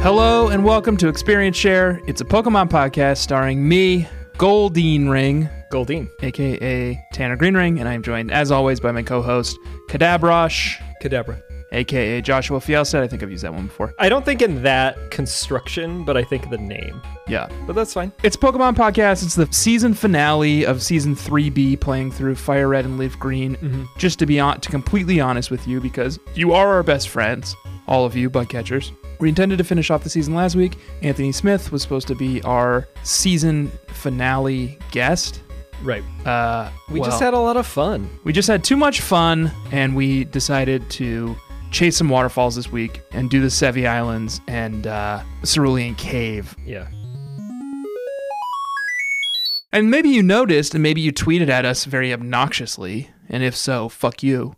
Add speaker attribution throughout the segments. Speaker 1: Hello and welcome to Experience Share. It's a Pokemon podcast starring me, Goldeen Ring,
Speaker 2: Goldeen.
Speaker 1: aka Tanner Greenring, and I am joined as always by my co-host Kadabrosh,
Speaker 2: Kadabra.
Speaker 1: aka Joshua Fielstead. I think I've used that one before.
Speaker 2: I don't think in that construction, but I think the name.
Speaker 1: Yeah.
Speaker 2: But that's fine.
Speaker 1: It's a Pokemon podcast. It's the season finale of season 3B playing through Fire Red and Leaf Green.
Speaker 2: Mm-hmm.
Speaker 1: Just to be on to completely honest with you because you are our best friends, all of you bug catchers. We intended to finish off the season last week. Anthony Smith was supposed to be our season finale guest.
Speaker 2: Right.
Speaker 1: Uh,
Speaker 2: We
Speaker 1: well,
Speaker 2: just had a lot of fun.
Speaker 1: we just had too much fun, and we decided to chase some waterfalls this week and do the Sevi Islands and uh, Cerulean Cave.
Speaker 2: Yeah.
Speaker 1: And maybe you noticed, and maybe you tweeted at us very obnoxiously, and if so, fuck you,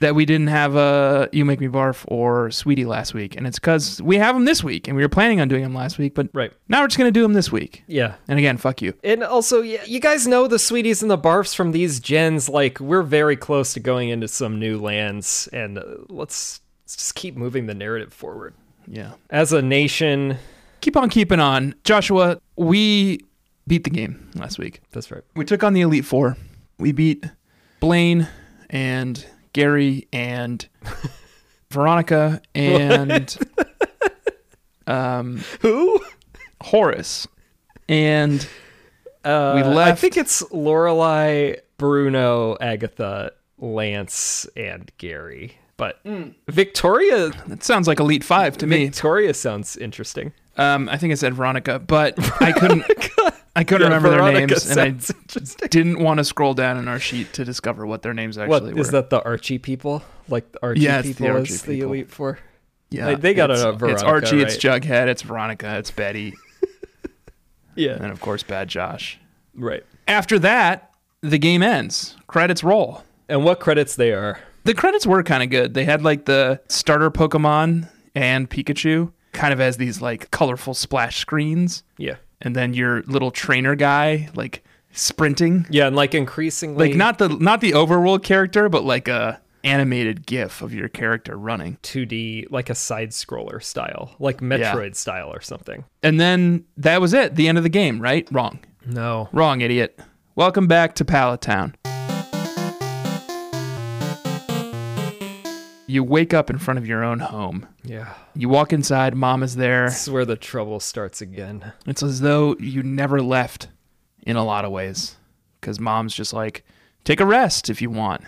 Speaker 1: that we didn't have a "You Make Me Barf" or "Sweetie" last week, and it's because we have them this week, and we were planning on doing them last week, but
Speaker 2: Right.
Speaker 1: now we're just gonna do them this week.
Speaker 2: Yeah.
Speaker 1: And again, fuck you.
Speaker 2: And also, yeah, you guys know the sweeties and the barfs from these gens. Like, we're very close to going into some new lands, and uh, let's, let's just keep moving the narrative forward.
Speaker 1: Yeah.
Speaker 2: As a nation,
Speaker 1: Keep on keeping on, Joshua. We beat the game last week.
Speaker 2: that's right.
Speaker 1: We took on the Elite Four. We beat Blaine and Gary and Veronica and um,
Speaker 2: Who?
Speaker 1: Horace. And
Speaker 2: Uh,
Speaker 1: We
Speaker 2: I
Speaker 1: left-
Speaker 2: think it's Lorelai, Bruno, Agatha, Lance, and Gary. But Victoria
Speaker 1: that sounds like Elite Five to me.
Speaker 2: Victoria sounds interesting.
Speaker 1: Um, I think I said Veronica, but I couldn't. I couldn't remember their names, and
Speaker 2: sounds interesting.
Speaker 1: I didn't want to scroll down in our sheet to discover what their names
Speaker 2: What
Speaker 1: actually were.
Speaker 2: is that? The Archie people, like the Archie
Speaker 1: Yeah, it's the
Speaker 2: people,
Speaker 1: Archie
Speaker 2: is the
Speaker 1: people.
Speaker 2: elite four.
Speaker 1: yeah,
Speaker 2: like, they got
Speaker 1: it's,
Speaker 2: a
Speaker 1: It's
Speaker 2: Veronica,
Speaker 1: Archie, it's
Speaker 2: right?
Speaker 1: Jughead, it's Veronica, it's Betty,
Speaker 2: Yeah,
Speaker 1: and of course, Bad Josh.
Speaker 2: right.
Speaker 1: After that, the game ends. Credits roll.
Speaker 2: And what credits they are?
Speaker 1: The credits were kind of good. They had like the starter Pokemon and Pikachu kind of as these like colorful splash screens,
Speaker 2: Yeah,
Speaker 1: and then your little trainer guy like sprinting,
Speaker 2: yeah, and like increasingly,
Speaker 1: like not the not the overworld character, but like a animated GIF of your character running.
Speaker 2: 2D, like a side scroller style, like Metroid style or something.
Speaker 1: And then that was it. The end of the game. Right? Wrong.
Speaker 2: No,
Speaker 1: Wrong, idiot. Welcome back to Pallet Town. You wake up in front of your own home.
Speaker 2: yeah,
Speaker 1: You walk inside, mom is there.
Speaker 2: this is where the trouble starts again.
Speaker 1: It's as though you never left in a lot of ways. Because mom's just like, take a rest if you want.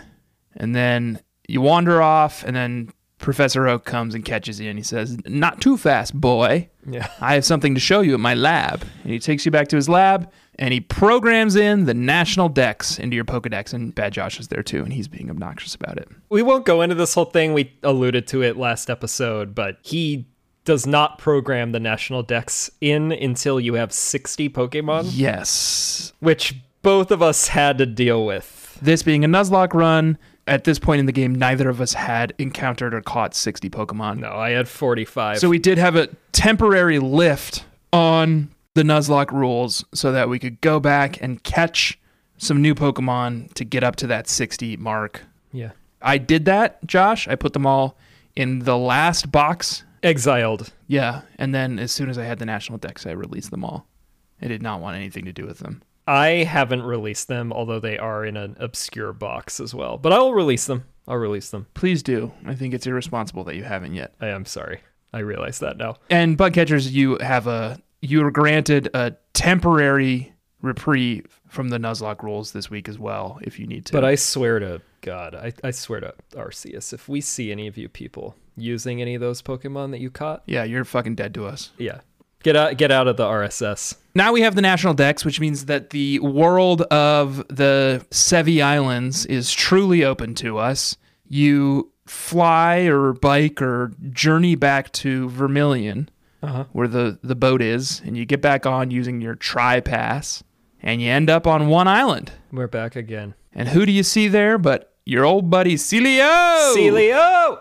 Speaker 1: And then you wander off, and then Professor Oak comes and catches you and he says, Not too fast, boy.
Speaker 2: Yeah,
Speaker 1: I have something to show you at my lab. And he takes you back to his lab and he programs in the national dex into your Pokedex. And Bad Josh is there too, and he's being obnoxious about it.
Speaker 2: we won't go into this whole thing. We alluded to it last episode, but he does not program the national decks in until you have 60 Pokemon,
Speaker 1: Yes.
Speaker 2: which both of us had to deal with.
Speaker 1: This being a Nuzlocke run, at this point in the game, neither of us had encountered or caught 60 Pokemon.
Speaker 2: No, I had 45.
Speaker 1: So we did have a temporary lift on the Nuzlocke rules so that we could go back and catch some new Pokemon to get up to that 60 mark.
Speaker 2: yeah.
Speaker 1: I did that, Josh. I put them all in the last box.
Speaker 2: Exiled.
Speaker 1: Yeah. And then as soon as I had the National Dex, I released them all. I did not want anything to do with them.
Speaker 2: I haven't released them, although they are in an obscure box as well. But I'll release them. I'll release them.
Speaker 1: Please do. I think it's irresponsible that you haven't yet.
Speaker 2: I am sorry. I realize that now.
Speaker 1: And bug catchers, you have a you are granted a temporary reprieve from the Nuzlocke rules this week as well, if you need to.
Speaker 2: But I swear to God, I, I swear to Arceus, if we see any of you people using any of those Pokemon that you caught,
Speaker 1: yeah, you're fucking dead to us.
Speaker 2: yeah. Get out get out of the RSS.
Speaker 1: Now we have the national dex, which means that the world of the Sevi Islands is truly open to us. You fly or bike or journey back to Vermilion,
Speaker 2: Uh-huh.
Speaker 1: where the, the boat is, and you get back on using your tri pass, and you end up on one island.
Speaker 2: We're back again.
Speaker 1: And who do you see there but your old buddy Celio?
Speaker 2: Celio!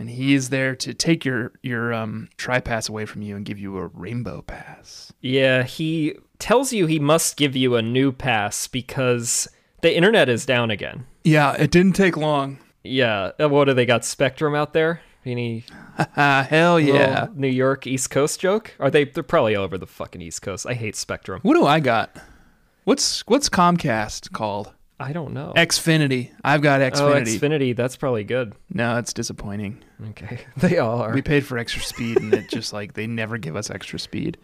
Speaker 1: And he is there to take your, your um, tri pass away from you and give you a rainbow pass.
Speaker 2: Yeah, he tells you he must give you a new pass because the internet is down again.
Speaker 1: Yeah, it didn't take long.
Speaker 2: Yeah, uh, what do they got? Spectrum out there? Any
Speaker 1: Ah, hell yeah.
Speaker 2: little New York East Coast joke? Are they? They're probably all over the fucking East Coast. I hate Spectrum.
Speaker 1: What do I got? What's what's Comcast called?
Speaker 2: I don't know.
Speaker 1: Xfinity. I've got Xfinity.
Speaker 2: Oh, Xfinity. That's probably good.
Speaker 1: no, it's disappointing.
Speaker 2: Okay, they all are.
Speaker 1: We paid for extra speed and it just like they never give us extra speed.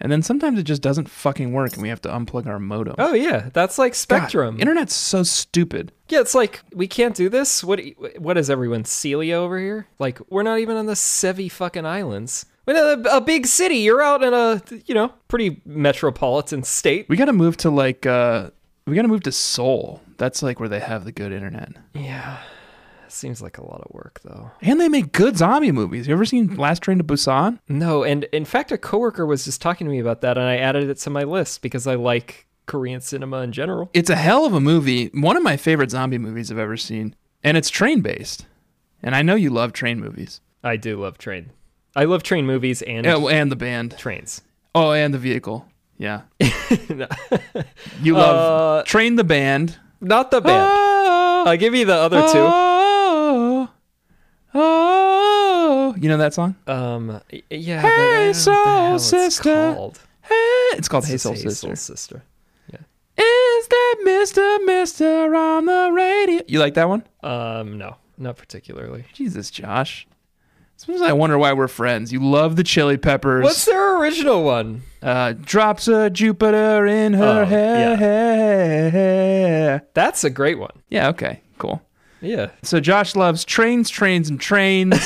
Speaker 1: And then sometimes it just doesn't fucking work and we have to unplug our modem.
Speaker 2: Oh yeah, that's like
Speaker 1: God,
Speaker 2: Spectrum.
Speaker 1: internet's so stupid.
Speaker 2: yeah, it's like we can't do this. What? What is everyone Celia over here? Like we're not even on the Sevi fucking islands. We're in a, a big city. You're out in a you know pretty metropolitan state.
Speaker 1: We got to move to like uh we got to move to Seoul. That's like where they have the good internet.
Speaker 2: Yeah, seems like a lot of work though.
Speaker 1: And they make good zombie movies. You ever seen Last Train to Busan?
Speaker 2: No, and in fact, a coworker was just talking to me about that, and I added it to my list because I like Korean cinema in general.
Speaker 1: It's a hell of a movie. One of my favorite zombie movies I've ever seen. And it's train based. And I know you love train movies.
Speaker 2: I do love train. I love train movies and
Speaker 1: Oh, and the band.
Speaker 2: trains.
Speaker 1: Oh, and the vehicle. Yeah. You love
Speaker 2: Uh,
Speaker 1: Train the Band.
Speaker 2: Not the band.
Speaker 1: Oh,
Speaker 2: I'll give you the other two.
Speaker 1: Oh, oh. You know that song?
Speaker 2: Um, y- yeah.
Speaker 1: Hey,
Speaker 2: but I don't know
Speaker 1: soul
Speaker 2: what the hell it's
Speaker 1: sister.
Speaker 2: called.
Speaker 1: Hey, it's called
Speaker 2: It's
Speaker 1: Hey
Speaker 2: just
Speaker 1: Soul
Speaker 2: Hey
Speaker 1: Sister.
Speaker 2: Soul Sister.
Speaker 1: Is that Mr. Mister on the radio? You like that one?
Speaker 2: Um, no, not particularly.
Speaker 1: Jesus, Josh. Sometimes I wonder why we're friends. You love the Chili Peppers.
Speaker 2: What's their original one?
Speaker 1: uh, drops of Jupiter in her
Speaker 2: Oh, yeah.
Speaker 1: hair?
Speaker 2: That's a great one.
Speaker 1: yeah, okay, cool.
Speaker 2: Yeah.
Speaker 1: So Josh loves trains, trains, and trains,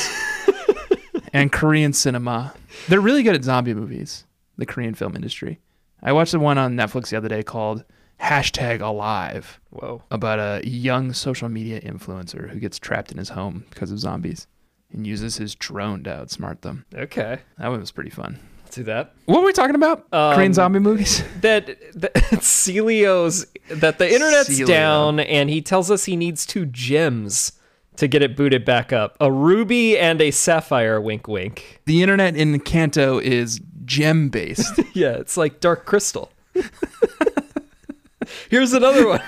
Speaker 1: and Korean cinema. They're really good at zombie movies. The Korean film industry. I watched the one on Netflix the other day called hashtag Alive
Speaker 2: Whoa.
Speaker 1: about a young social media influencer who gets trapped in his home because of zombies and uses his drone to outsmart them.
Speaker 2: Okay.
Speaker 1: That one was pretty fun.
Speaker 2: I'll do that.
Speaker 1: What were we talking about? Korean
Speaker 2: Um,
Speaker 1: zombie movies.
Speaker 2: That, that Celio's that the internet's
Speaker 1: Celio.
Speaker 2: down, and he tells us he needs two gems to get it booted back up: a ruby and a sapphire. Wink, wink.
Speaker 1: The internet in Kanto is gem based.
Speaker 2: Yeah, it's like dark crystal. Here's another one.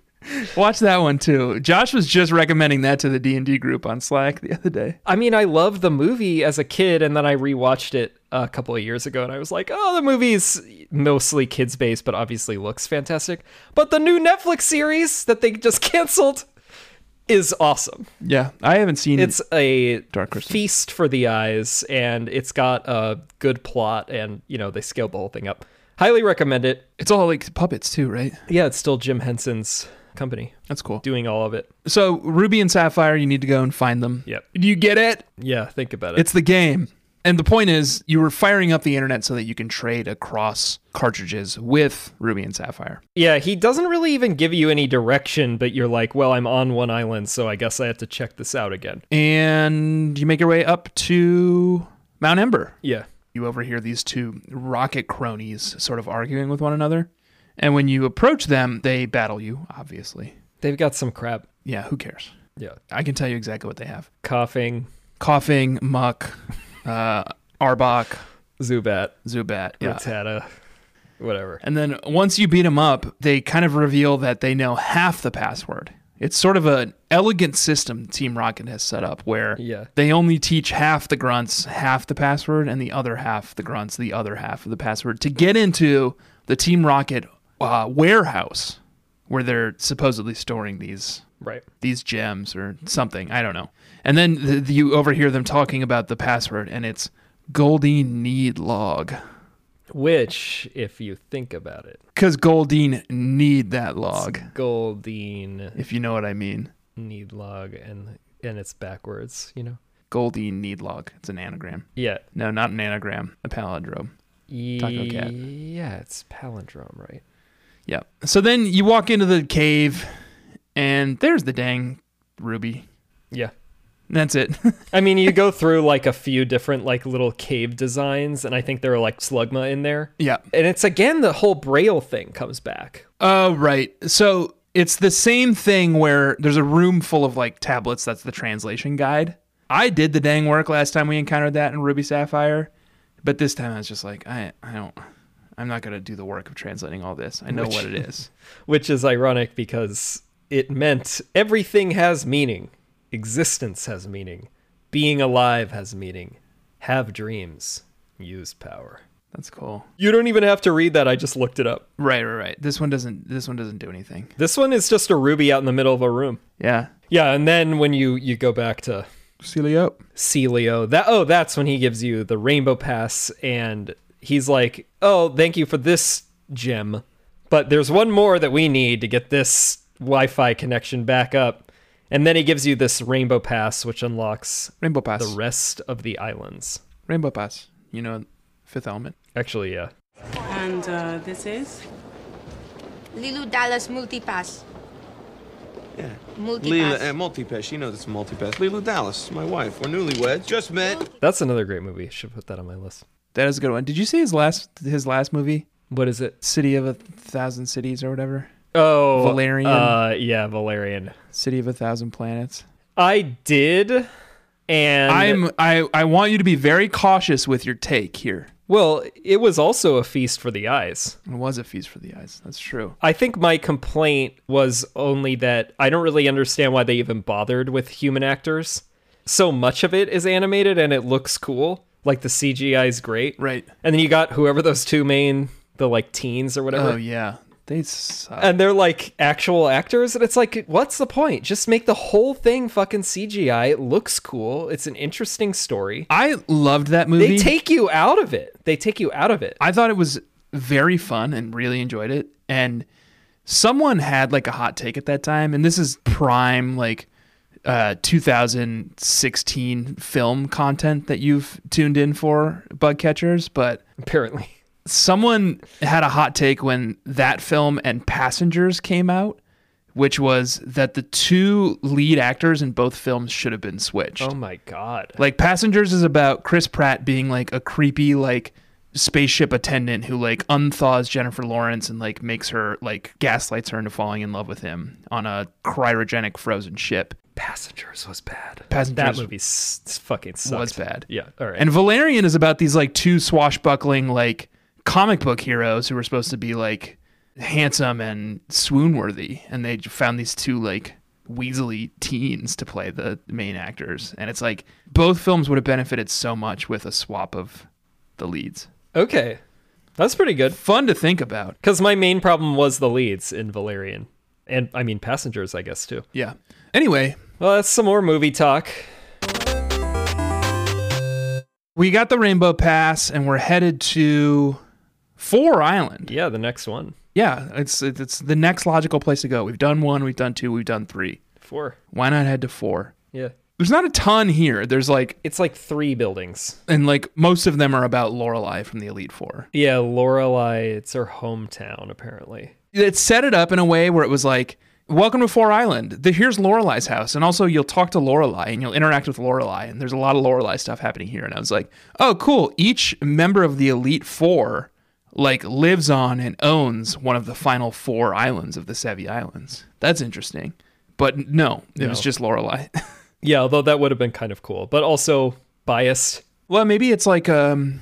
Speaker 1: Watch that one too. Josh was just recommending that to the D and D group on Slack the other day.
Speaker 2: I mean, I loved the movie as a kid, and then I rewatched it a couple of years ago, and I was like, oh, the movie's mostly kids based, but obviously looks fantastic. But the new Netflix series that they just canceled is awesome.
Speaker 1: Yeah, I haven't seen
Speaker 2: It's a
Speaker 1: Hmm. Dark Crystal.
Speaker 2: feast for the eyes, and it's got a good plot, and, you know, they scaled the whole thing up. Highly recommend it.
Speaker 1: It's all like puppets too, right?
Speaker 2: Yeah, it's still Jim Henson's company
Speaker 1: That's cool.
Speaker 2: doing all of it.
Speaker 1: So Ruby and Sapphire, you need to go and find them.
Speaker 2: Yep.
Speaker 1: Do you get it?
Speaker 2: Yeah, think about it.
Speaker 1: It's the game. And the point is, you were firing up the internet so that you can trade across cartridges with Ruby and Sapphire.
Speaker 2: Yeah, he doesn't really even give you any direction, but you're like, well, I'm on one island, so I guess I have to check this out again.
Speaker 1: And you make your way up to Mount Ember.
Speaker 2: Yeah.
Speaker 1: You overhear these two rocket cronies sort of arguing with one another. And when you approach them, they battle you, obviously.
Speaker 2: They've got some crap.
Speaker 1: Yeah, who cares?
Speaker 2: Yeah.
Speaker 1: I can tell you exactly what they have
Speaker 2: Coughing,
Speaker 1: coughing, muck, uh, Arbok,
Speaker 2: Zubat,
Speaker 1: Zubat. Yeah.
Speaker 2: Rotata, whatever.
Speaker 1: And then once you beat them up, they kind of reveal that they know half the password. It's sort of an elegant system Team Rocket has set up where
Speaker 2: Yeah.
Speaker 1: they only teach half the grunts half the password and the other half the grunts the other half of the password to get into the Team Rocket uh, warehouse where they're supposedly storing these
Speaker 2: Right.
Speaker 1: these gems or something. I don't know. And then th- you overhear them talking about the password and it's Goldine need log
Speaker 2: Which, if you think about it,
Speaker 1: because Goldine need that log.
Speaker 2: Goldine,
Speaker 1: if you know what I mean.
Speaker 2: need log, and and it's backwards, you know?
Speaker 1: Goldine Needlog. It's an anagram.
Speaker 2: Yeah.
Speaker 1: No, not an anagram. A palindrome. Taco Cat.
Speaker 2: Yeah, it's palindrome, right?
Speaker 1: Yep. So then you walk into the cave, and there's the dang ruby.
Speaker 2: Yeah.
Speaker 1: And that's it.
Speaker 2: I mean, you go through like a few different like little cave designs, and I think there are like slugma in there.
Speaker 1: yeah.
Speaker 2: And it's again the whole Braille thing comes back.
Speaker 1: Oh, right. So it's the same thing where there's a room full of like tablets. That's the translation guide. I did the dang work last time we encountered that in Ruby Sapphire, but this time I was just like, I, I don't, I'm not gonna do the work of translating all this. I know
Speaker 2: Which-
Speaker 1: what it is.
Speaker 2: Which is ironic because it meant everything has meaning. Existence has meaning. Being alive has meaning. Have dreams. Use power.
Speaker 1: That's cool.
Speaker 2: You don't even have to read that. I just looked it up.
Speaker 1: Right, right, right. This one doesn't. This one doesn't do anything.
Speaker 2: This one is just a ruby out in the middle of a room.
Speaker 1: Yeah.
Speaker 2: Yeah, and then when you you go back to
Speaker 1: Celio.
Speaker 2: Celio, that oh, that's when he gives you the rainbow pass and he's like, "Oh, thank you for this gem, but there's one more that we need to get this Wi-Fi connection back up." And then he gives you this rainbow pass which unlocks
Speaker 1: Rainbow Pass.
Speaker 2: the rest of the islands.
Speaker 1: Rainbow Pass. You know, Fifth Element.
Speaker 2: Actually, yeah.
Speaker 3: And uh, this is?
Speaker 4: Lilu Dallas Multipass.
Speaker 5: Yeah. Leela, uh,
Speaker 4: Multipass.
Speaker 5: multipass. She knows it's multipass. Leela Dallas, my wife. We're newlyweds. Just met.
Speaker 2: That's another great movie. Should put that on my list.
Speaker 1: That is a good one. Did you see his last his last movie,
Speaker 2: What is it?
Speaker 1: City of a Thousand Cities or whatever?
Speaker 2: Oh,
Speaker 1: Valerian.
Speaker 2: Uh, yeah, Valerian.
Speaker 1: City of a Thousand Planets.
Speaker 2: I did, and
Speaker 1: I'm I I want you to be very cautious with your take here.
Speaker 2: well. It was also a feast for the eyes.
Speaker 1: It was a feast for the eyes. That's true.
Speaker 2: I think my complaint was only that I don't really understand why they even bothered with human actors. So much of it is animated and it looks cool. Like the CGI is great,
Speaker 1: Right.
Speaker 2: and then you got whoever those two main, the like teens or whatever.
Speaker 1: Oh yeah. They suck.
Speaker 2: and they're like actual actors and it's like what's the point just make the whole thing fucking cgi it looks cool it's an interesting story
Speaker 1: I loved that movie.
Speaker 2: they take you out of it they take you out of it
Speaker 1: I thought it was very fun and really enjoyed it. And someone had like a hot take at that time, and this is prime like uh, 2016 film content that you've tuned in for bug catchers. But
Speaker 2: apparently
Speaker 1: someone had a hot take when that film and Passengers came out, which was that the two lead actors in both films should have been switched.
Speaker 2: oh my god
Speaker 1: Like Passengers is about Chris Pratt being like a creepy like spaceship attendant who like unthaws Jennifer Lawrence and like makes her like gaslights her into falling in love with him on a cryogenic frozen ship.
Speaker 2: passengers was bad that
Speaker 1: Passengers
Speaker 2: movie s- s- fucking sucked.
Speaker 1: was bad.
Speaker 2: yeah all right
Speaker 1: And Valerian is about these like two swashbuckling like comic book heroes who were supposed to be like handsome and swoon worthy and they found these two like weaselly teens to play the main actors and it's like both films would have benefited so much with a swap of the leads.
Speaker 2: okay that's pretty good
Speaker 1: Fun to think about.
Speaker 2: because my main problem was the leads in valerian and i mean passengers i guess too
Speaker 1: Yeah. Anyway,
Speaker 2: well that's some more movie talk
Speaker 1: we got the Rainbow Pass and we're headed to Four Island.
Speaker 2: yeah the next one
Speaker 1: Yeah, it's it's the next logical place to go. We've done 1, we've done 2, we've done 3.
Speaker 2: four
Speaker 1: Why not head to 4?
Speaker 2: yeah
Speaker 1: there's not a ton here. There's like,
Speaker 2: it's like three buildings
Speaker 1: and like most of them are about Lorelei from the Elite Four.
Speaker 2: Yeah, Lorelei, it's her hometown apparently.
Speaker 1: It set it up in a way where it was like, "Welcome to Four Island. The, here's Lorelei's house, and also you'll talk to Lorelei and you'll interact with Lorelei, and there's a lot of Lorelei stuff happening here." And I was like, "Oh, cool. Each member of the Elite Four like lives on and owns one of the final four islands of the Sevi Islands. That's interesting." But no, it was just Lorelei.
Speaker 2: Yeah, although that would have been kind of cool, but also biased.
Speaker 1: well, maybe it's like um,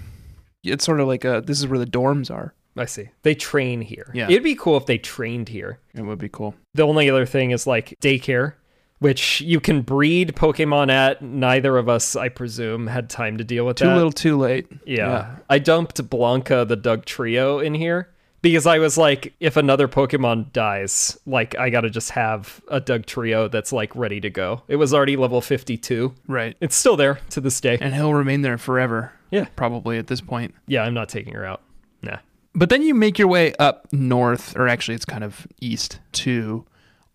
Speaker 1: it's sort of like a this is where the dorms are.
Speaker 2: I see. They train here.
Speaker 1: Yeah.
Speaker 2: It'd be cool if they trained here.
Speaker 1: It would be cool.
Speaker 2: The only other thing is like daycare, which you can breed Pokemon at. Neither of us, I presume, had time to deal with
Speaker 1: Too
Speaker 2: that.
Speaker 1: little, too late.
Speaker 2: Yeah. I dumped Blanca the Doug Trio in here because I was like, if another Pokemon dies, like I gotta just have a Doug Trio that's like ready to go. It was already level fifty two.
Speaker 1: Right.
Speaker 2: It's still there to this day.
Speaker 1: And he'll remain there forever.
Speaker 2: Yeah.
Speaker 1: Probably at this point.
Speaker 2: yeah, I'm not taking her out. Nah.
Speaker 1: But then you make your way up north, or actually, it's kind of east to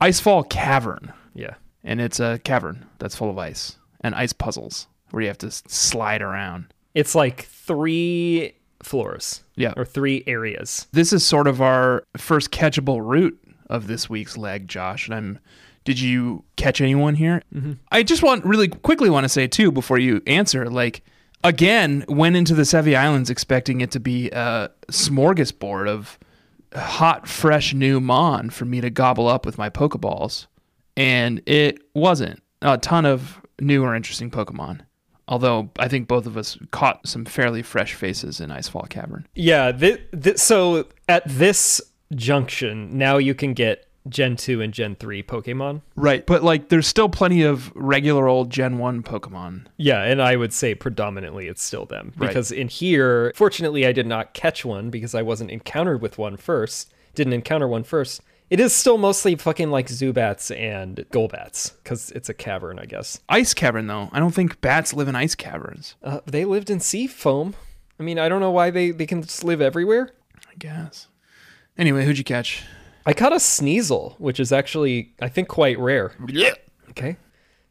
Speaker 1: Icefall Cavern.
Speaker 2: Yeah.
Speaker 1: And it's a cavern that's full of ice and ice puzzles where you have to s- slide around.
Speaker 2: It's like three floors.
Speaker 1: Yeah.
Speaker 2: Or three areas.
Speaker 1: This is sort of our first catchable route of this week's leg, Josh. And I'm. Did you catch anyone here? I just want really quickly want to say too before you answer. Like again, went into the Sevi Islands expecting it to be a smorgasbord of hot, fresh new mon for me to gobble up with my Pokeballs, and it wasn't a ton of new or interesting Pokemon. Although I think both of us caught some fairly fresh faces in Icefall Cavern.
Speaker 2: Yeah. Th- th- so at this junction, now you can get Gen 2 and Gen 3 Pokemon.
Speaker 1: Right. But like there's still plenty of regular old Gen 1 Pokemon.
Speaker 2: Yeah, and I would say predominantly it's still them.
Speaker 1: Right.
Speaker 2: Because in here, fortunately, I did not catch one because I wasn't encountered with one first. Didn't encounter one first. It is still mostly fucking like Zubats and Golbats because it's a cavern, I guess.
Speaker 1: Ice cavern though. I don't think bats live in ice caverns,
Speaker 2: Uh, they lived in sea foam. I mean, I don't know why they, they can just live everywhere.
Speaker 1: I guess. Anyway, who'd you catch?
Speaker 2: I caught a Sneasel, which is actually, I think, quite rare. Okay.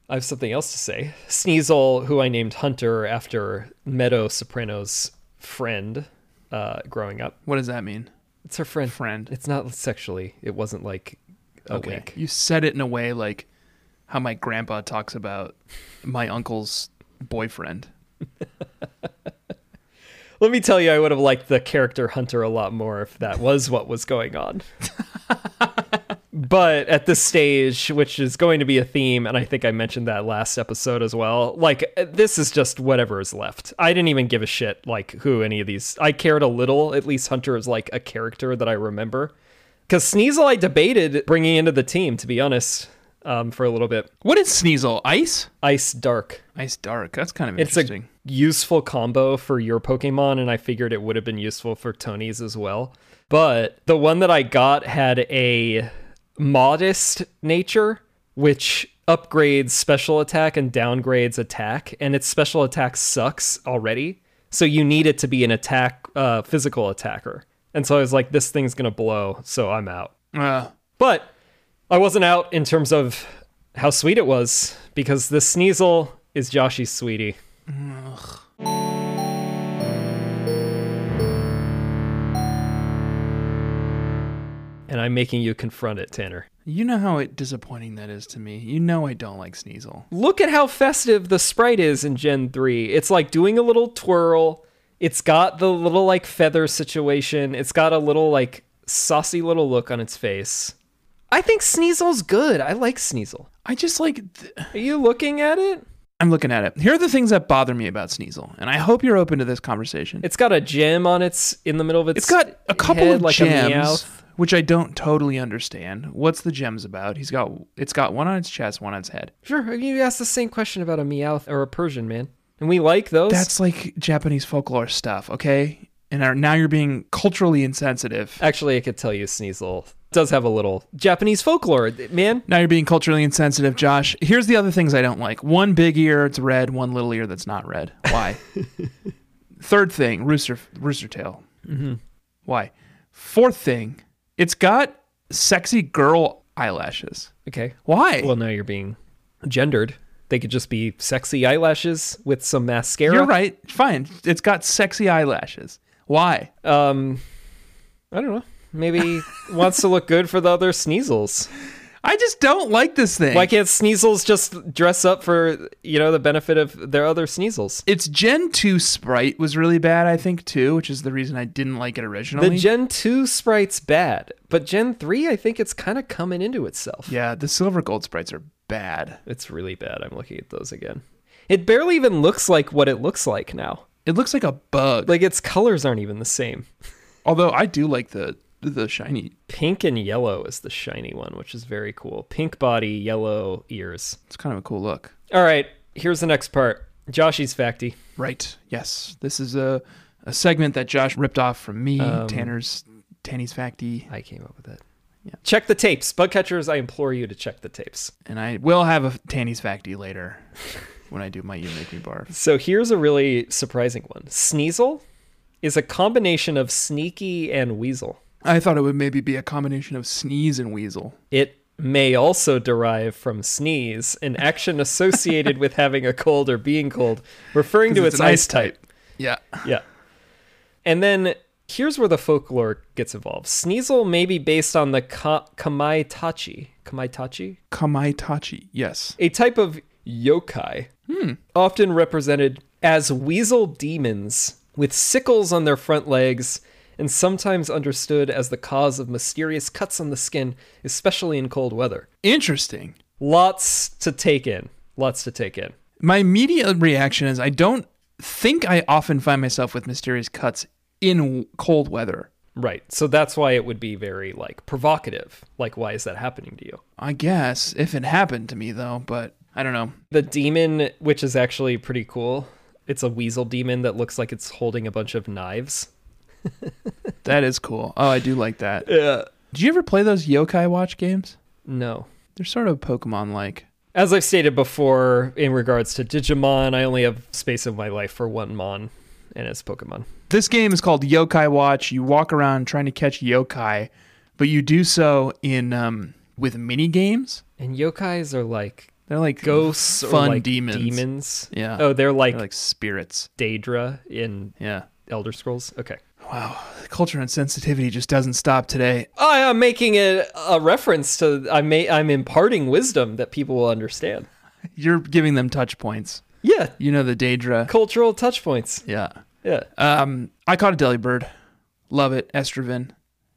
Speaker 2: I have something else to say. Sneasel, who I named Hunter after Meadow Soprano's friend uh, growing up.
Speaker 1: What does that mean?
Speaker 2: It's her friend.
Speaker 1: Friend.
Speaker 2: It's not sexually. It wasn't like a wink.
Speaker 1: You said it in a way like how my grandpa talks about my uncle's boyfriend.
Speaker 2: Let me tell you, I would have liked the character Hunter a lot more if that was what was going on. but at this stage, which is going to be a theme, and I think I mentioned that last episode as well, like this is just whatever is left. I didn't even give a shit like who any of these. I cared a little. At least Hunter is like a character that I remember. Because Sneasel, I debated bringing into the team, to be honest, um, for a little bit.
Speaker 1: What is Sneasel? Ice?
Speaker 2: Ice Dark.
Speaker 1: Ice dark. That's kind of
Speaker 2: It's a
Speaker 1: interesting.
Speaker 2: useful combo for your Pokemon, and I figured it would have been useful for Tony's as well. But the one that I got had a modest nature, which upgrades special attack and downgrades attack, and its special attack sucks already. So you need it to be an attack, uh, physical attacker. And so I was like, this thing's gonna blow, so I'm out.
Speaker 1: uh,
Speaker 2: But I wasn't out in terms of how sweet it was because this Sneasel is Joshy's sweetie. And I'm making you confront it, Tanner.
Speaker 1: you know how it disappointing that is to me. You know I don't like Sneasel.
Speaker 2: Look at how festive the sprite is in Gen 3. It's like doing a little twirl. It's got the little like feather situation. It's got a little like saucy little look on its face. I think Sneasel's good. I like Sneasel.
Speaker 1: I just like. Th-
Speaker 2: Are you looking at it?
Speaker 1: I'm looking at it. Here are the things that bother me about Sneasel, and I hope you're open to this conversation.
Speaker 2: It's got a gem on its in the middle of its.
Speaker 1: it's got a couple
Speaker 2: head,
Speaker 1: of
Speaker 2: like A
Speaker 1: gems,
Speaker 2: Meowth.
Speaker 1: which I don't totally understand. What's the gems about? He's got it's got one on its chest, one on its head.
Speaker 2: sure, you asked the same question about a Meowth or a Persian man, and we like those.
Speaker 1: That's like Japanese folklore stuff, okay? And are, now you're being culturally insensitive.
Speaker 2: actually I could tell you Sneasel does have a little Japanese folklore, man.
Speaker 1: Now you're being culturally insensitive, Josh. Here's the other things I don't like: one big ear, it's red; one little ear, that's not red. Why? Third thing, rooster rooster tail. Mm-hmm. Why? Fourth thing, it's got sexy girl eyelashes.
Speaker 2: Okay.
Speaker 1: Why?
Speaker 2: Well, now you're being gendered. They could just be sexy eyelashes with some mascara.
Speaker 1: you're right. Fine. It's got sexy eyelashes. Why?
Speaker 2: Um, I don't know. Maybe wants to look good for the other Sneasels.
Speaker 1: I just don't like this thing.
Speaker 2: Why can't Sneasels just dress up for you know the benefit of their other Sneasels?
Speaker 1: its Gen 2 sprite was really bad, I think, too, which is the reason I didn't like it originally.
Speaker 2: The Gen 2 sprite's bad, but Gen 3, I think it's kind of coming into itself.
Speaker 1: yeah, the silver gold sprites are bad.
Speaker 2: It's really bad. I'm looking at those again. It barely even looks like what it looks like now.
Speaker 1: It looks like a bug.
Speaker 2: Like its colors aren't even the same.
Speaker 1: Although I do like the the shiny.
Speaker 2: Pink and yellow is the shiny one, which is very cool. Pink body, yellow ears.
Speaker 1: It's kind of a cool look.
Speaker 2: All right, here's the next part. Joshy's facty.
Speaker 1: Right. Yes. This is a a segment that Josh ripped off from me,
Speaker 2: Um,
Speaker 1: Tanner's Tanny's Facty,
Speaker 2: I came up with it. Yeah. Check the tapes. Bug catchers, I implore you to check the tapes.
Speaker 1: and I will have a Tanny's Facty later when I do my You Make Me Barf.
Speaker 2: So here's a really surprising one. Sneasel is a combination of sneaky and weasel.
Speaker 1: I thought it would maybe be a combination of sneeze and weasel.
Speaker 2: It may also derive from sneeze, an action associated with having a cold or being cold, referring
Speaker 1: 'Cause
Speaker 2: to
Speaker 1: it's
Speaker 2: its,
Speaker 1: an
Speaker 2: ice
Speaker 1: ice
Speaker 2: type.
Speaker 1: Yeah.
Speaker 2: Yeah. And then here's where the folklore gets involved. Sneasel may be based on the ka- Kamaitachi. Kamaitachi?
Speaker 1: Kamaitachi. Yes.
Speaker 2: A type of yokai, often represented as weasel demons with sickles on their front legs and sometimes understood as the cause of mysterious cuts on the skin, especially in cold weather.
Speaker 1: Interesting.
Speaker 2: Lots to take in. Lots to take in.
Speaker 1: My immediate reaction is I don't think I often find myself with mysterious cuts in w- cold weather.
Speaker 2: Right. So that's why it would be very like provocative. Like, why is that happening to you?
Speaker 1: I guess if it happened to me though, but I don't know.
Speaker 2: The demon, which is actually pretty cool, it's a weasel demon that looks like it's holding a bunch of knives.
Speaker 1: That is cool. Oh, I do like that.
Speaker 2: Yeah.
Speaker 1: Did you ever play those Yokai Watch games?
Speaker 2: No.
Speaker 1: They're sort of Pokemon like.
Speaker 2: As I've stated before, in regards to Digimon, I only have space in my life for one Mon, and it's Pokemon.
Speaker 1: This game is called Yokai Watch. You walk around trying to catch yokai, but you do so in um, with mini games.
Speaker 2: And yokais are like
Speaker 1: They're like
Speaker 2: ghosts
Speaker 1: fun
Speaker 2: or like
Speaker 1: demons.
Speaker 2: demons.
Speaker 1: Yeah.
Speaker 2: Oh, they're like,
Speaker 1: They're like spirits.
Speaker 2: Daedra in
Speaker 1: Yeah.
Speaker 2: Elder Scrolls. Okay.
Speaker 1: Wow. The culture and sensitivity just doesn't stop today.
Speaker 2: I am Oh, making a, a reference to I may I'm imparting wisdom that people will understand.
Speaker 1: You're giving them touch points.
Speaker 2: Yeah,
Speaker 1: You know the Daedra.
Speaker 2: cultural touch points.
Speaker 1: Yeah.
Speaker 2: Yeah.
Speaker 1: Um, I caught a delibird. Love it, Estravin.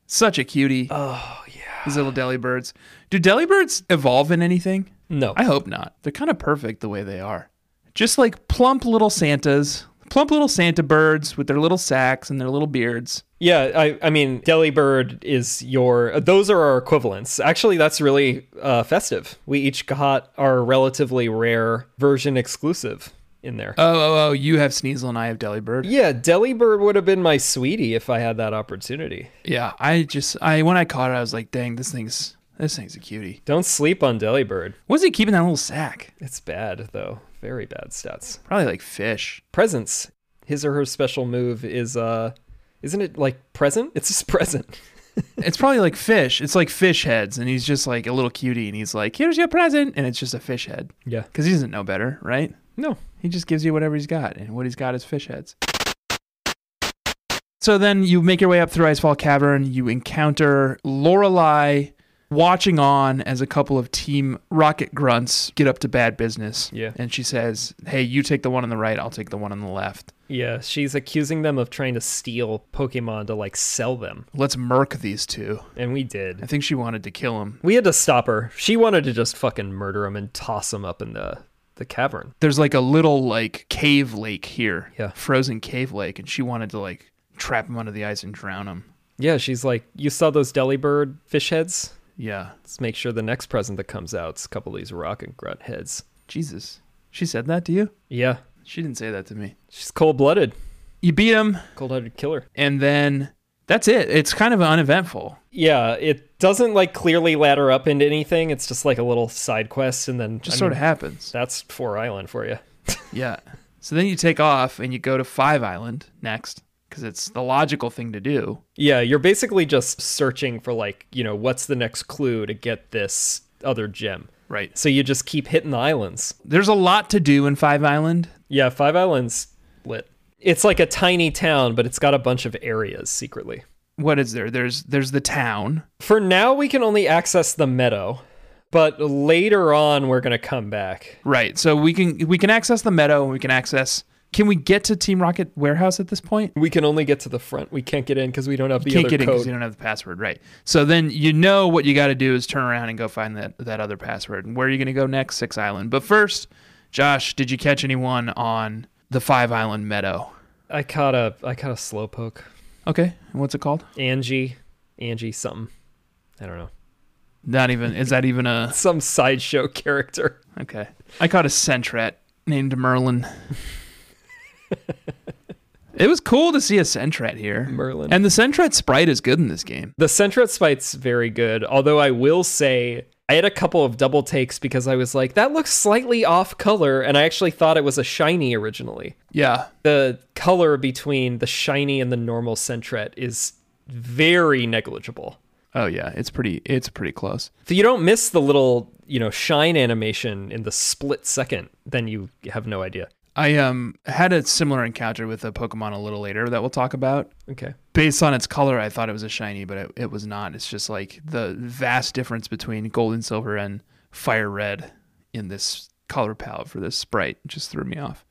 Speaker 1: Such a cutie. Oh yeah. These little delibirds. Do delibirds evolve in anything?
Speaker 2: No.
Speaker 1: I hope not. They're kind of perfect the way they are. Just like plump little Santas, plump little Santa birds with their little sacks and their little beards.
Speaker 2: Yeah, I I mean Delibird is your those are our equivalents. Actually, that's really uh, festive. We each got our relatively rare version exclusive in there. Uh,
Speaker 1: Oh, oh, oh, you have Sneasel and I have Delibird.
Speaker 2: yeah, Delibird would have been my sweetie if I had that opportunity.
Speaker 1: Yeah, I just I when I caught it, I was like, dang, this thing's this thing's a cutie.
Speaker 2: Don't sleep on Delibird.
Speaker 1: What's he keeping in that little sack?
Speaker 2: It's bad though. Very bad stats.
Speaker 1: Probably like fish.
Speaker 2: presence. His or her special move is uh isn't it like present? It's just present.
Speaker 1: It's probably like fish. It's like fish heads, and he's just like a little cutie, and he's like, "Here's your present," and it's just a fish head
Speaker 2: Yeah.
Speaker 1: because he doesn't know better, right?
Speaker 2: No.
Speaker 1: He just gives you whatever he's got, and what he's got is fish heads. So then you make your way up through Icefall Cavern. You encounter Lorelei watching on as a couple of Team Rocket grunts get up to bad business.
Speaker 2: Yeah.
Speaker 1: And she says, Hey, you take the one on the right, I'll take the one on the left.
Speaker 2: Yeah, she's accusing them of trying to steal Pokemon to like sell them.
Speaker 1: Let's murk these two.
Speaker 2: And we
Speaker 1: I
Speaker 2: did.
Speaker 1: think she wanted to kill him.
Speaker 2: We had to stop her. She wanted to just fucking murder him and toss him up in the the cavern.
Speaker 1: There's like a little like cave lake here.
Speaker 2: Yeah.
Speaker 1: Frozen cave lake, and she wanted to like trap him under the ice and drown him.
Speaker 2: Yeah, she's like, "You saw those Delibird fish heads?
Speaker 1: Yeah.
Speaker 2: Let's make sure the next present that comes out's a couple of these rock and grunt heads."
Speaker 1: Jesus. She said that to you?
Speaker 2: Yeah,
Speaker 1: She didn't say that to me.
Speaker 2: she's cold-blooded,
Speaker 1: You beat him,
Speaker 2: cold-hearted killer.
Speaker 1: and then that's it. It's kind of uneventful.
Speaker 2: Yeah, it doesn't like clearly ladder up into anything. It's just like a little side quest, and then
Speaker 1: Just
Speaker 2: I
Speaker 1: sort
Speaker 2: mean,
Speaker 1: of happens.
Speaker 2: That's Four Island for you.
Speaker 1: Yeah. So then you take off and you go to Five Island next because it's the logical thing to do.
Speaker 2: Yeah, you're basically just searching for like you know what's the next clue to get this other gem.
Speaker 1: Right.
Speaker 2: So you just keep hitting the islands.
Speaker 1: There's a lot to do in Five Island.
Speaker 2: Yeah, Five Islands lit. It's like a tiny town, but it's got a bunch of areas secretly.
Speaker 1: What is there? There's there's the town.
Speaker 2: For now, we can only access the meadow, but later on we're gonna come back.
Speaker 1: Right. So we can we can access the meadow and we can access. Can we get to Team Rocket warehouse at this point?
Speaker 2: We can only get to the front. We can't get in because we don't have the
Speaker 1: Can't
Speaker 2: other
Speaker 1: get in because
Speaker 2: code.
Speaker 1: you don't have the password, right? So then you know what you got to do is turn around and go find that that other password. And where are you going to go next? Six Island. But first, Josh, did you catch anyone on the Five Island Meadow?
Speaker 2: I caught a I caught a slowpoke.
Speaker 1: Okay, and what's it called?
Speaker 2: Angie, Angie something. I don't know.
Speaker 1: Not even is that even a
Speaker 2: Some sideshow character.
Speaker 1: okay? I caught a Sentret named Merlin. it was cool to see a Sentret here,
Speaker 2: Merlin.
Speaker 1: and the Sentret sprite is good in this game.
Speaker 2: The Centret Spite's very good, although I will say I had a couple of double takes because I was like, that looks slightly off color, and I actually thought it was a shiny originally.
Speaker 1: Yeah,
Speaker 2: The color between the shiny and the normal Centret is very negligible.
Speaker 1: oh yeah, it's pretty it's pretty close.
Speaker 2: If you don't miss the little, you know, shine animation in the split second, then you have no idea.
Speaker 1: I um had a similar encounter with a Pokemon a little later that we'll talk about.
Speaker 2: Okay.
Speaker 1: Based on its color, I thought it was a shiny, but it, it was not. It's just like the vast difference between gold and silver and fire red in this color palette for this sprite just threw me off.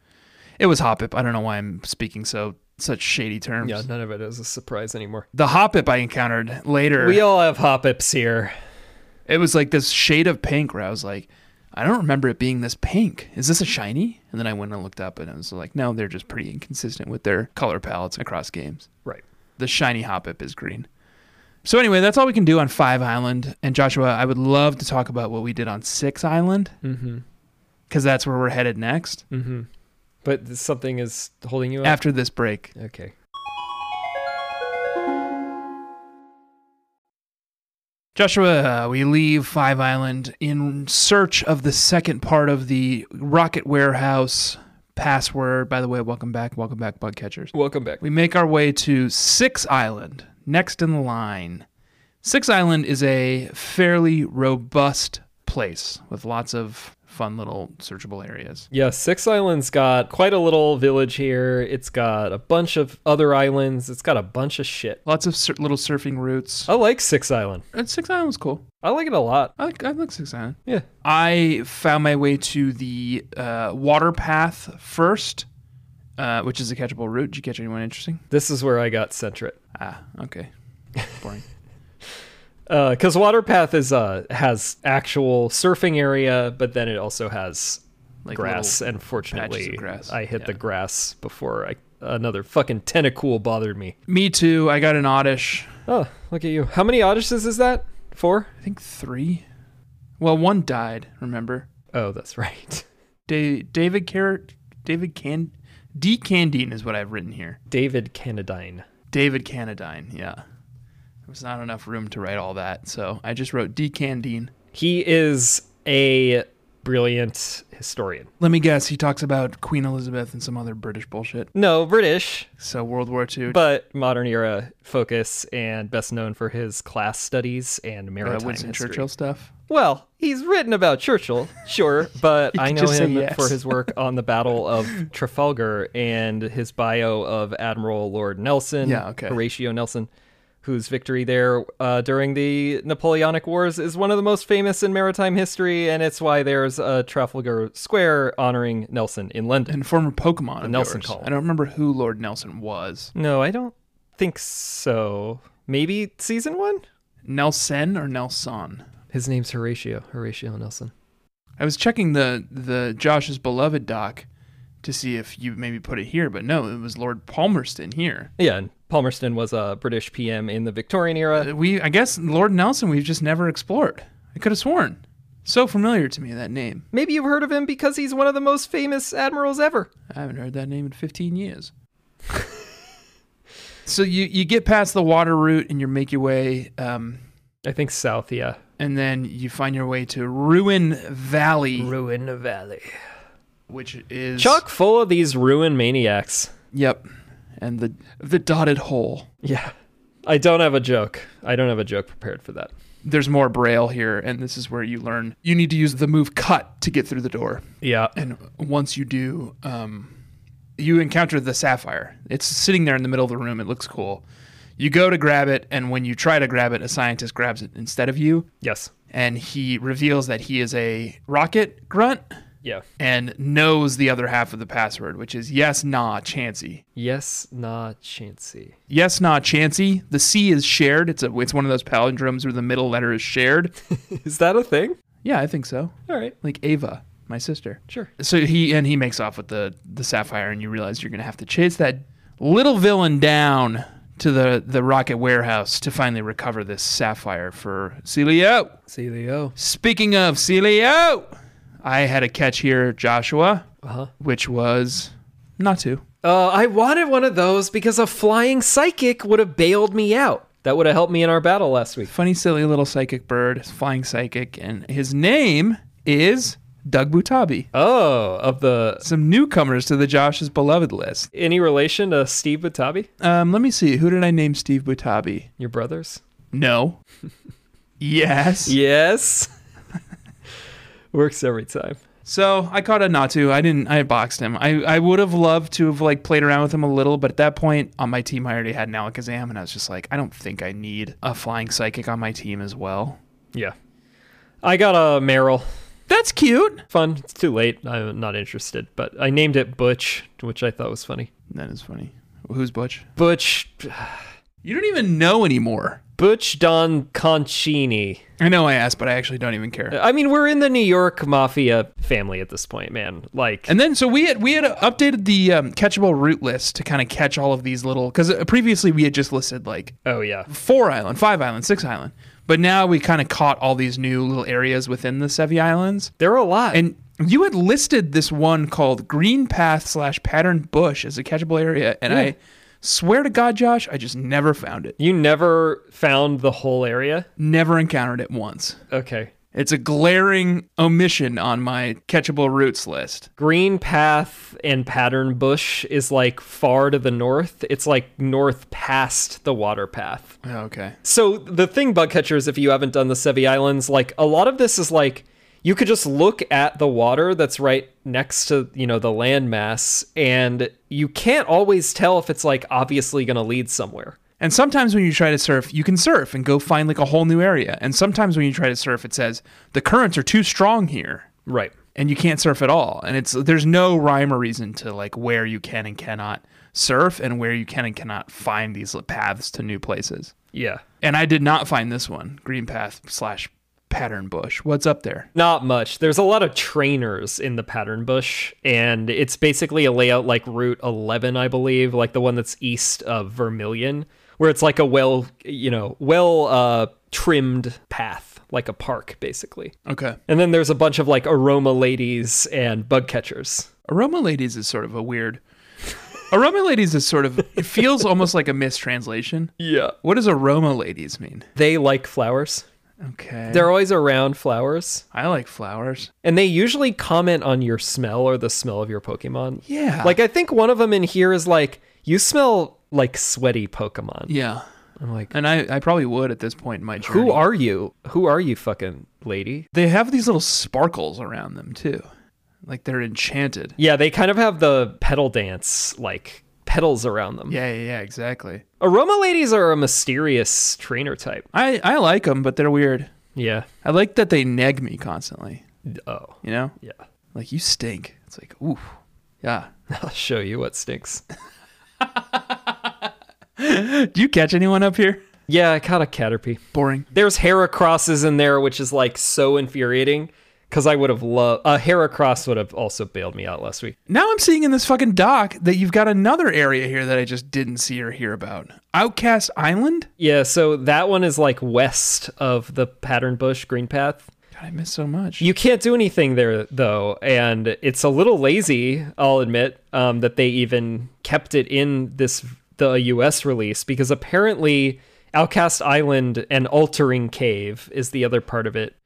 Speaker 1: It was Hoppip. I don't know why I'm speaking so such shady terms.
Speaker 2: Yeah, none of it is a surprise anymore.
Speaker 1: The Hoppip I encountered later,
Speaker 2: We all have hop ups here.
Speaker 1: it was like this shade of pink where I was like, I don't remember it being this pink. Is this a shiny? And then I went and looked up and I was like, no, they're just pretty inconsistent with their color palettes across games.
Speaker 2: Right.
Speaker 1: The shiny Hoppip is green. So anyway, that's all we can do on Five Island. And Joshua, I would love to talk about what we did on Six Island
Speaker 2: Mm-hmm.
Speaker 1: because that's where we're headed next
Speaker 2: Mm-hmm. But th- something is holding you up.
Speaker 1: after this break.
Speaker 2: okay.
Speaker 1: Joshua, uh, we leave Five Island in search of the second part of the Rocket Warehouse password. By the way, welcome back, welcome back, bug catchers.
Speaker 2: Welcome back.
Speaker 1: We make our way to Six Island, next in the line. Six Island is a fairly robust place with lots of fun little searchable areas.
Speaker 2: Yeah, Six Islands got quite a little village here. It's got a bunch of other islands. It's got a bunch of shit.
Speaker 1: Lots of sur- little surfing routes.
Speaker 2: I like Six Island.
Speaker 1: And Six Island's cool.
Speaker 2: I like it a lot.
Speaker 1: I like, I like Six Island.
Speaker 2: Yeah.
Speaker 1: I found my way to the uh, water path first, uh, which is a catchable route. Did you catch anyone interesting?
Speaker 2: This is where I got Centret.
Speaker 1: Ah, okay. Boring.
Speaker 2: because Uh, Waterpath is uh has actual surfing area, but then it also has
Speaker 1: Like
Speaker 2: grass.
Speaker 1: little
Speaker 2: And fortunately,
Speaker 1: patches of grass.
Speaker 2: I hit
Speaker 1: Yeah.
Speaker 2: the grass before I, another fucking tentacle bothered me.
Speaker 1: Me too. I got an oddish.
Speaker 2: Oh, look at you! How many Odysseys is that? Four?
Speaker 1: I think three. Well, one died. Remember.
Speaker 2: Oh, that's right.
Speaker 1: Da- David Carrot, David Can, D Candine is what I've written here.
Speaker 2: David Canadine.
Speaker 1: David Canadine, yeah. There was not enough room to write all that, so I just wrote D Candine.
Speaker 2: He is a brilliant historian.
Speaker 1: Let me guess, he talks about Queen Elizabeth and some other British bullshit.
Speaker 2: No, British,
Speaker 1: So World War II,
Speaker 2: but modern era focus and best known for his class studies and
Speaker 1: uh,
Speaker 2: maritime
Speaker 1: Winston
Speaker 2: history.
Speaker 1: Churchill stuff.
Speaker 2: Well, he's written about Churchill, sure, but I
Speaker 1: can
Speaker 2: know
Speaker 1: just say
Speaker 2: him
Speaker 1: yes.
Speaker 2: for his work on the Battle of Trafalgar and his bio of Admiral Lord Nelson,
Speaker 1: Yeah, okay.
Speaker 2: Horatio Nelson, whose victory there uh, during the Napoleonic Wars is one of the most famous in maritime history, and it's why there's a Trafalgar Square honoring Nelson in London.
Speaker 1: And former Pokemon of
Speaker 2: Nelson
Speaker 1: yours.
Speaker 2: column.
Speaker 1: I don't remember who Lord Nelson was.
Speaker 2: No, I don't think so. Maybe season one?
Speaker 1: Nelson or Nelson?
Speaker 2: His name's Horatio, Horatio Nelson.
Speaker 1: I was checking the the Josh's beloved doc to see if you maybe put it here, but no, it was Lord Palmerston here.
Speaker 2: Yeah, and Palmerston was a British PM in the Victorian era.
Speaker 1: we I guess Lord Nelson we've just never explored. I could have sworn. So familiar to me that name.
Speaker 2: Maybe you've heard of him because he's one of the most famous admirals ever.
Speaker 1: I haven't heard that name in 15 years. so you you get past the water route and you make your way um
Speaker 2: I think south, yeah.
Speaker 1: and then you find your way to Ruin Valley,
Speaker 2: Ruin Valley.
Speaker 1: which is
Speaker 2: Chock full of these ruin maniacs.
Speaker 1: Yep. And the the dotted hole.
Speaker 2: Yeah. I don't have a joke. I don't have a joke prepared for that.
Speaker 1: There's more braille here and this is where you learn you need to use the move cut to get through the door.
Speaker 2: Yeah.
Speaker 1: and once you do, um, you encounter the sapphire. It's sitting there in the middle of the room. It looks cool. You go to grab it, and when you try to grab it, a scientist grabs it instead of you,
Speaker 2: Yes.
Speaker 1: and he reveals that he is a rocket grunt
Speaker 2: Yeah.
Speaker 1: and knows the other half of the password, which is yes, nah, chancy.
Speaker 2: Yes, nah, chancy.
Speaker 1: Yes, nah, chancy. The C is shared. It's a, it's one of those palindromes where the middle letter is shared.
Speaker 2: Is that a thing?
Speaker 1: yeah, I think so.
Speaker 2: All right.
Speaker 1: Like Ava, my sister.
Speaker 2: Sure.
Speaker 1: so he and he makes off with the the sapphire and you realize you're going to have to chase that little villain down to the the rocket warehouse to finally recover this sapphire for Celio.
Speaker 2: Celio.
Speaker 1: Speaking of Celio, I had a catch here, Joshua,
Speaker 2: Uh-huh.
Speaker 1: which was not to.
Speaker 2: Uh, I wanted one of those because a flying psychic would have bailed me out. That would have helped me in our battle last week.
Speaker 1: Funny, silly little psychic bird, flying psychic, and his name is Doug Butabi.
Speaker 2: Oh, of the
Speaker 1: Some newcomers to the Josh's beloved list.
Speaker 2: any relation to Steve Batabi?
Speaker 1: Um, let me see. Who did I name Steve Butabi?
Speaker 2: Your brothers?
Speaker 1: No. yes.
Speaker 2: Yes. Works every time.
Speaker 1: So I caught a Natu. I didn't. I boxed him. I, I would have loved to have like played around with him a little, but at that point on my team I already had an Alakazam, and I was just like, I don't think I need a flying psychic on my team as well.
Speaker 2: Yeah. I got a Merrill.
Speaker 1: That's cute.
Speaker 2: Fun. It's too late. I'm not interested, but I named it Butch, which I thought was funny.
Speaker 1: That is funny. Who's Butch?
Speaker 2: Butch.
Speaker 1: You don't even know anymore.
Speaker 2: Butch Don Concini.
Speaker 1: I know I asked, but I actually don't even care.
Speaker 2: I mean, we're in the New York mafia family at this point, man. Like,
Speaker 1: And then so we had we had updated the um, catchable route list to kind of catch all of these little because previously we had just listed like
Speaker 2: oh yeah,
Speaker 1: four island, five island, six island, but now we kind of caught all these new little areas within the Sevi Islands.
Speaker 2: there are a lot.
Speaker 1: And you had listed this one called Green Path slash Pattern Bush as a catchable area, and I swear to God, Josh, I just never found it.
Speaker 2: you never found the whole area.
Speaker 1: Never encountered it once.
Speaker 2: Okay.
Speaker 1: It's a glaring omission on my catchable routes list.
Speaker 2: Green Path and Pattern Bush is like far to the north. It's like north past the water path.
Speaker 1: Okay.
Speaker 2: So the thing, bug catchers, if you haven't done the Sevi Islands, like a lot of this is like you could just look at the water that's right next to you know the landmass, and you can't always tell if it's like obviously going to lead somewhere.
Speaker 1: And sometimes when you try to surf, you can surf and go find like a whole new area. And sometimes when you try to surf, it says the currents are too strong here
Speaker 2: Right.
Speaker 1: and you can't surf at all. And it's there's no rhyme or reason to like where you can and cannot surf and where you can and cannot find these li- paths to new places.
Speaker 2: Yeah.
Speaker 1: And I did not find this one, Green Path slash Pattern Bush. What's up there?
Speaker 2: Not much. There's a lot of trainers in the pattern bush, and it's basically a layout like Route 11, I believe, like the one that's east of Vermilion, where it's like a well, you know, well uh, trimmed path, like a park, basically.
Speaker 1: Okay.
Speaker 2: And then there's a bunch of like aroma ladies and bug catchers.
Speaker 1: Aroma Ladies is sort of a weird. Aroma Ladies is sort of it feels almost like a mistranslation.
Speaker 2: Yeah.
Speaker 1: What does Aroma Ladies mean?
Speaker 2: They like flowers.
Speaker 1: Okay.
Speaker 2: They're always around flowers.
Speaker 1: I like flowers.
Speaker 2: And they usually comment on your smell or the smell of your Pokemon.
Speaker 1: Yeah.
Speaker 2: Like I think one of them in here is like, you smell like sweaty Pokemon.
Speaker 1: Yeah.
Speaker 2: I'm like,
Speaker 1: And I, I probably would at this point in my journey.
Speaker 2: who are you? Who are you fucking lady?
Speaker 1: they have these little sparkles around them too. Like they're enchanted.
Speaker 2: Yeah, they kind of have the pedal dance like petals around them.
Speaker 1: Yeah, yeah, yeah, exactly.
Speaker 2: Aroma ladies are a mysterious trainer type.
Speaker 1: I, I like them, but they're weird.
Speaker 2: Yeah.
Speaker 1: I like that they neg me constantly,
Speaker 2: Oh.
Speaker 1: you know?
Speaker 2: Yeah.
Speaker 1: Like you stink. It's like, ooh. Yeah.
Speaker 2: I'll show you what stinks.
Speaker 1: Do you catch anyone up here?
Speaker 2: Yeah, I caught a Caterpie.
Speaker 1: Boring.
Speaker 2: There's Heracrosses in there, which is like so infuriating because I would have loved. A Heracross would have also bailed me out last week.
Speaker 1: Now I'm seeing in this fucking doc that you've got another area here that I just didn't see or hear about. Outcast Island?
Speaker 2: Yeah, so that one is like west of the Pattern Bush Green Path.
Speaker 1: God, I missed so much.
Speaker 2: You can't do anything there though, and it's a little lazy, I'll admit, um, that they even kept it in this the US release because apparently Outcast Island and Altering Cave is the other part of it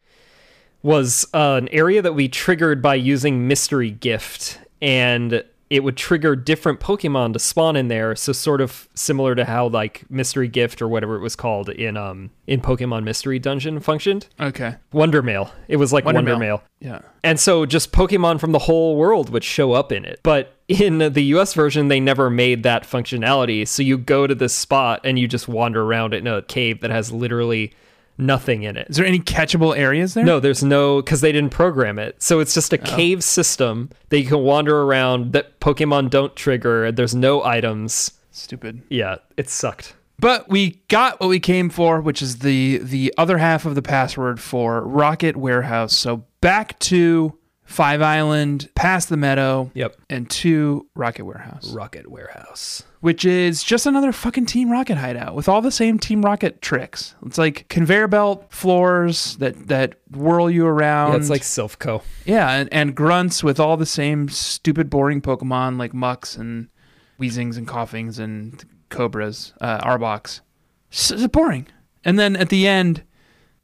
Speaker 2: was uh, an area that we triggered by using Mystery Gift, and it would trigger different Pokemon to spawn in there. So sort of similar to how like Mystery Gift or whatever it was called in um in Pokemon Mystery Dungeon functioned.
Speaker 1: okay.
Speaker 2: Wonder Mail. It was like Wonder,
Speaker 1: Wonder Mail.
Speaker 2: Mail.
Speaker 1: Yeah.
Speaker 2: And so just Pokemon from the whole world would show up in it. But in the US version, they never made that functionality. So you go to this spot and you just wander around in a cave that has literally nothing in it.
Speaker 1: Is there any catchable areas there?
Speaker 2: No, there's no because they didn't program it. So it's just a cave system that you can wander around that Pokemon don't trigger. There's no items.
Speaker 1: Stupid.
Speaker 2: Yeah, it sucked.
Speaker 1: But we got what we came for, which is the the other half of the password for Rocket Warehouse. So back to Five Island, past the meadow,
Speaker 2: Yep.
Speaker 1: and to Rocket Warehouse,
Speaker 2: Rocket Warehouse.
Speaker 1: which is just another fucking Team Rocket hideout with all the same Team Rocket tricks. It's like conveyor belt floors that that whirl you around.
Speaker 2: Yeah, it's like Silphco.
Speaker 1: yeah, and, and grunts with all the same stupid, boring Pokemon like Mucks and Weezings and Coughings and Cobras, uh, Arbox. It's, it's boring. And then at the end,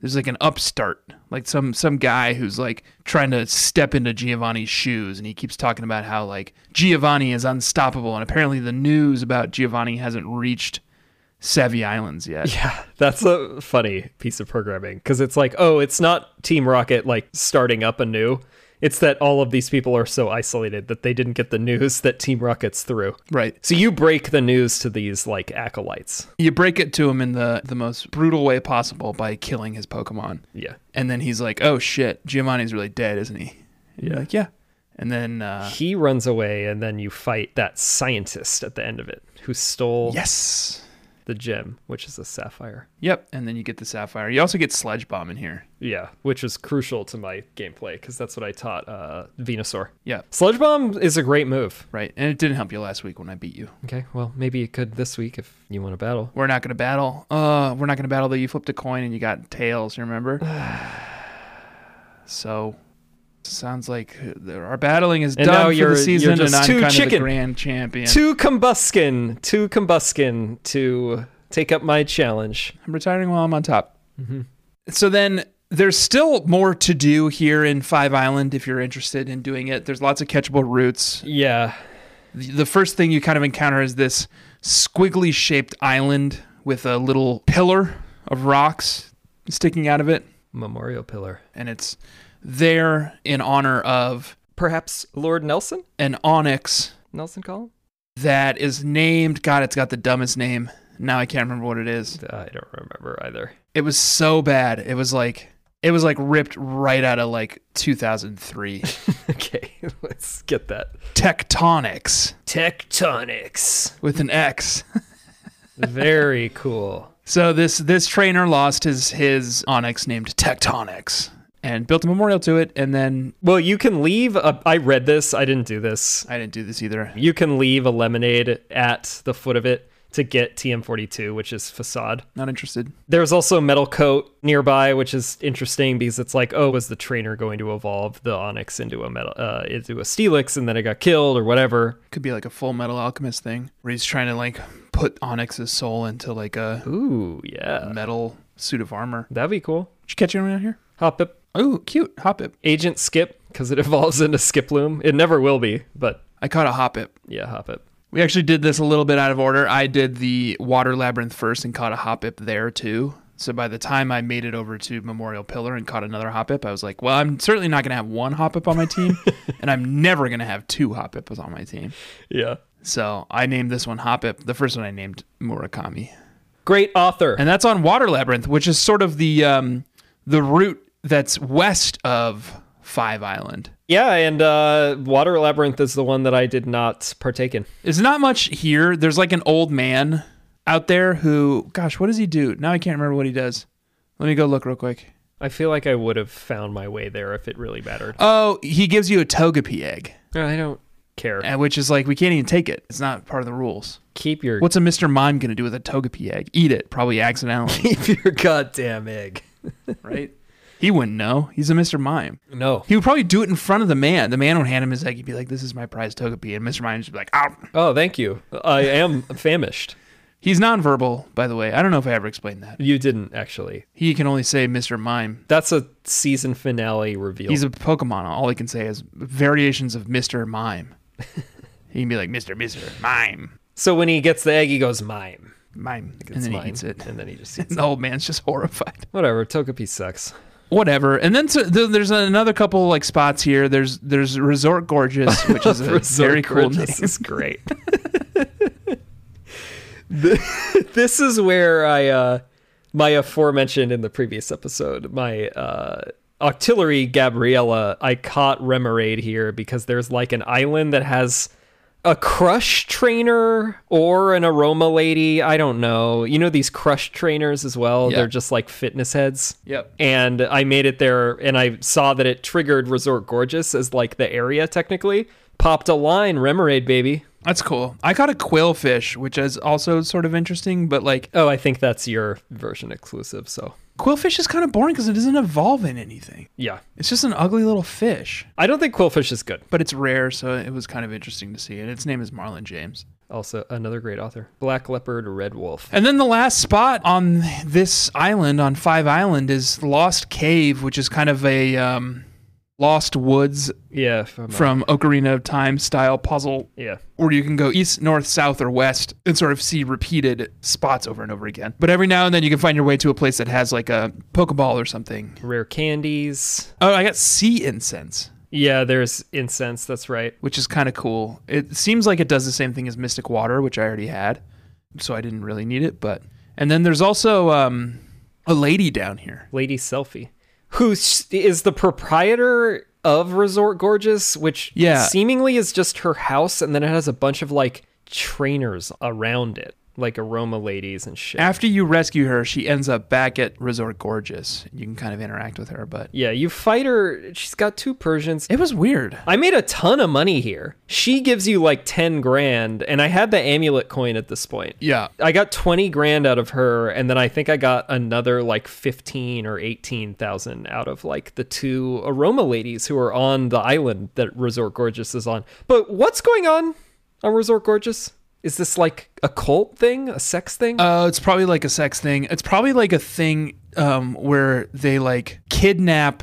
Speaker 1: there's like an upstart, like some some guy who's like trying to step into Giovanni's shoes, and he keeps talking about how like Giovanni is unstoppable, and apparently the news about Giovanni hasn't reached Sevi Islands yet.
Speaker 2: Yeah, that's a funny piece of programming because it's like, oh, it's not Team Rocket like starting up anew. It's that all of these people are so isolated that they didn't get the news that Team Rocket's through.
Speaker 1: Right.
Speaker 2: So you break the news to these like acolytes.
Speaker 1: You break it to him in the the most brutal way possible by killing his Pokemon.
Speaker 2: Yeah.
Speaker 1: And then he's like, "Oh shit, Giovanni's really dead, isn't he?" And you're
Speaker 2: Yeah.
Speaker 1: like, "Yeah." And then uh,
Speaker 2: He runs away, and then you fight that scientist at the end of it who stole
Speaker 1: yes,
Speaker 2: the gem, which is a sapphire.
Speaker 1: Yep, and then you get the sapphire. You also get sledge bomb in here.
Speaker 2: Yeah, which is crucial to my gameplay because that's what I taught uh, Venusaur.
Speaker 1: Yeah,
Speaker 2: Sludge Bomb is a great move.
Speaker 1: right. And it didn't help you last week when I beat you.
Speaker 2: Okay, well, maybe it could this week if you want to battle.
Speaker 1: We're not gonna battle. Uh, we're not gonna battle. Though you flipped a coin and you got tails. Remember? so, sounds like uh, our battling is
Speaker 2: And now
Speaker 1: done for
Speaker 2: you're-
Speaker 1: the
Speaker 2: you're
Speaker 1: season, and
Speaker 2: just
Speaker 1: I'm
Speaker 2: too
Speaker 1: kind of the
Speaker 2: chicken.
Speaker 1: grand champion.
Speaker 2: To Combuskin, to Combuskin to take up my challenge.
Speaker 1: I'm retiring while I'm on top. So then there's still more to do here in Five Island if you're interested in doing it. There's lots of catchable routes.
Speaker 2: Yeah,
Speaker 1: The the first thing you kind of encounter is this squiggly shaped island with a little pillar of rocks sticking out of it.
Speaker 2: Memorial Pillar.
Speaker 1: And it's there in honor of
Speaker 2: Perhaps Lord Nelson?
Speaker 1: an onyx
Speaker 2: Nelson Column?
Speaker 1: that is named, God, it's got the dumbest name. Now I can't remember what it is.
Speaker 2: I don't remember either.
Speaker 1: it was so bad. It was like it was like ripped right out of like 2003.
Speaker 2: okay, let's get that.
Speaker 1: Tectonics
Speaker 2: Tectonics.
Speaker 1: with an X.
Speaker 2: Very cool.
Speaker 1: So this this trainer lost his his onyx named Tectonics and built a memorial to it. And then
Speaker 2: Well, you can leave. A, I read this. I didn't do this.
Speaker 1: I didn't do this either.
Speaker 2: You can leave a lemonade at the foot of it to get TM42, which is facade.
Speaker 1: Not interested.
Speaker 2: There's also metal coat nearby, which is interesting because it's like, oh, was the trainer going to evolve the Onyx into a metal, uh, into a Steelix, and then it got killed or whatever?
Speaker 1: Could be like a Full Metal Alchemist thing where he's trying to like put Onyx's soul into like a
Speaker 2: Ooh, yeah,
Speaker 1: metal suit of armor.
Speaker 2: that'd be cool.
Speaker 1: Did you catch anyone out here?
Speaker 2: Hop up,
Speaker 1: Oh, cute Hoppip.
Speaker 2: Agent Skip, because it evolves into Skiploom. It never will be, but
Speaker 1: I caught a Hoppip.
Speaker 2: yeah, hop it.
Speaker 1: We actually did this a little bit out of order. I did the water labyrinth first and caught a hop ip there too. So by the time I made it over to Memorial Pillar and caught another hop ip, I was like, well, I'm certainly not going to have one hop ip on my team, and I'm never going to have two hop ips on my team.
Speaker 2: Yeah,
Speaker 1: So I named this one hop ip. The first one I named Murakami,
Speaker 2: great author.
Speaker 1: and that's on Water Labyrinth, which is sort of the um, the route that's west of Five Island.
Speaker 2: yeah, and uh, Water Labyrinth is the one that I did not partake in.
Speaker 1: There's not much here. There's like an old man out there who, gosh, what does he do? Now I can't remember what he does. Let me go look real quick.
Speaker 2: I feel like I would have found my way there if it really mattered.
Speaker 1: Oh, he gives you a Togepi egg,
Speaker 2: I don't care.
Speaker 1: and- which is like, we can't even take it. It's not part of the rules.
Speaker 2: Keep your
Speaker 1: What's a Mr. Mime going to do with a Togepi egg? Eat it, probably accidentally,
Speaker 2: keep your goddamn egg.
Speaker 1: right? He wouldn't know. He's a Mr. Mime.
Speaker 2: No.
Speaker 1: He would probably do it in front of the man. The man would hand him his egg. He'd be like, this is my prize Togepi. And Mr. Mime would just be like, ow.
Speaker 2: Oh, thank you. I am famished.
Speaker 1: He's nonverbal, by the way. I don't know if I ever explained that.
Speaker 2: You didn't actually.
Speaker 1: He can only say Mr. Mime.
Speaker 2: That's a season finale reveal.
Speaker 1: He's a Pokemon. All he can say is variations of Mr. Mime. he can be like Mr. Mr. Mime.
Speaker 2: so when he gets the egg, he goes mime.
Speaker 1: Mime.
Speaker 2: It's
Speaker 1: And then
Speaker 2: mime.
Speaker 1: he eats it.
Speaker 2: And then he just eats
Speaker 1: The
Speaker 2: it.
Speaker 1: old man's just horrified.
Speaker 2: Whatever. Togepi sucks.
Speaker 1: Whatever. And then so, th- there's another couple like spots here. There's there's Resort Gorgeous, which is a very cool
Speaker 2: This
Speaker 1: name.
Speaker 2: is great. The- this is where I, uh, my aforementioned in the previous episode, my uh, Octillery Gabriella, I caught Remoraid here because there's like an island that has a crush trainer or an aroma lady. I don't know. You know these crush trainers as well?
Speaker 1: Yeah.
Speaker 2: They're just like fitness heads.
Speaker 1: Yep.
Speaker 2: And I made it there and I saw that it triggered Resort Gorgeous as like the area technically. Popped a line, Remoraid baby.
Speaker 1: That's cool. I caught a quillfish, which is also sort of interesting, but like
Speaker 2: Oh, I think that's your version exclusive, so
Speaker 1: quillfish is kind of boring because it doesn't evolve in anything.
Speaker 2: yeah.
Speaker 1: It's just an ugly little fish,
Speaker 2: I don't think Quillfish is good.
Speaker 1: but it's rare, so it was kind of interesting to see. And its name is Marlon James.
Speaker 2: Also another great author. Black Leopard, Red Wolf.
Speaker 1: And then the last spot on this island, on Five Island, is Lost Cave, which is kind of a um, Lost Woods
Speaker 2: Yeah, from,
Speaker 1: from Ocarina of Time style puzzle,
Speaker 2: yeah.
Speaker 1: where you can go east, north, south, or west and sort of see repeated spots over and over again. But every now and then you can find your way to a place that has like a Pokeball or something.
Speaker 2: Rare candies.
Speaker 1: Oh, I got sea incense.
Speaker 2: Yeah, there's incense, that's right.
Speaker 1: Which is kind of cool. It seems like it does the same thing as Mystic Water, which I already had, so I didn't really need it. But and then there's also um, a lady down here.
Speaker 2: Lady Selfie, who s- is the proprietor of Resort Gorgeous, which
Speaker 1: Yeah.
Speaker 2: seemingly is just her house, and then it has a bunch of like trainers around it. like aroma ladies and shit.
Speaker 1: After you rescue her, she ends up back at Resort Gorgeous. You can kind of interact with her, but
Speaker 2: yeah, you fight her. She's got two Persians.
Speaker 1: it was weird.
Speaker 2: I made a ton of money here. She gives you like 10 grand, and I had the amulet coin at this point.
Speaker 1: Yeah.
Speaker 2: I got 20 grand out of her, and then I think I got another like 15 or 18,000 out of like the two aroma ladies who are on the island that Resort Gorgeous is on. But what's going on on Resort Gorgeous? Is this like a cult thing, a sex thing?
Speaker 1: Uh, it's probably like a sex thing. It's probably like a thing um, where they like kidnap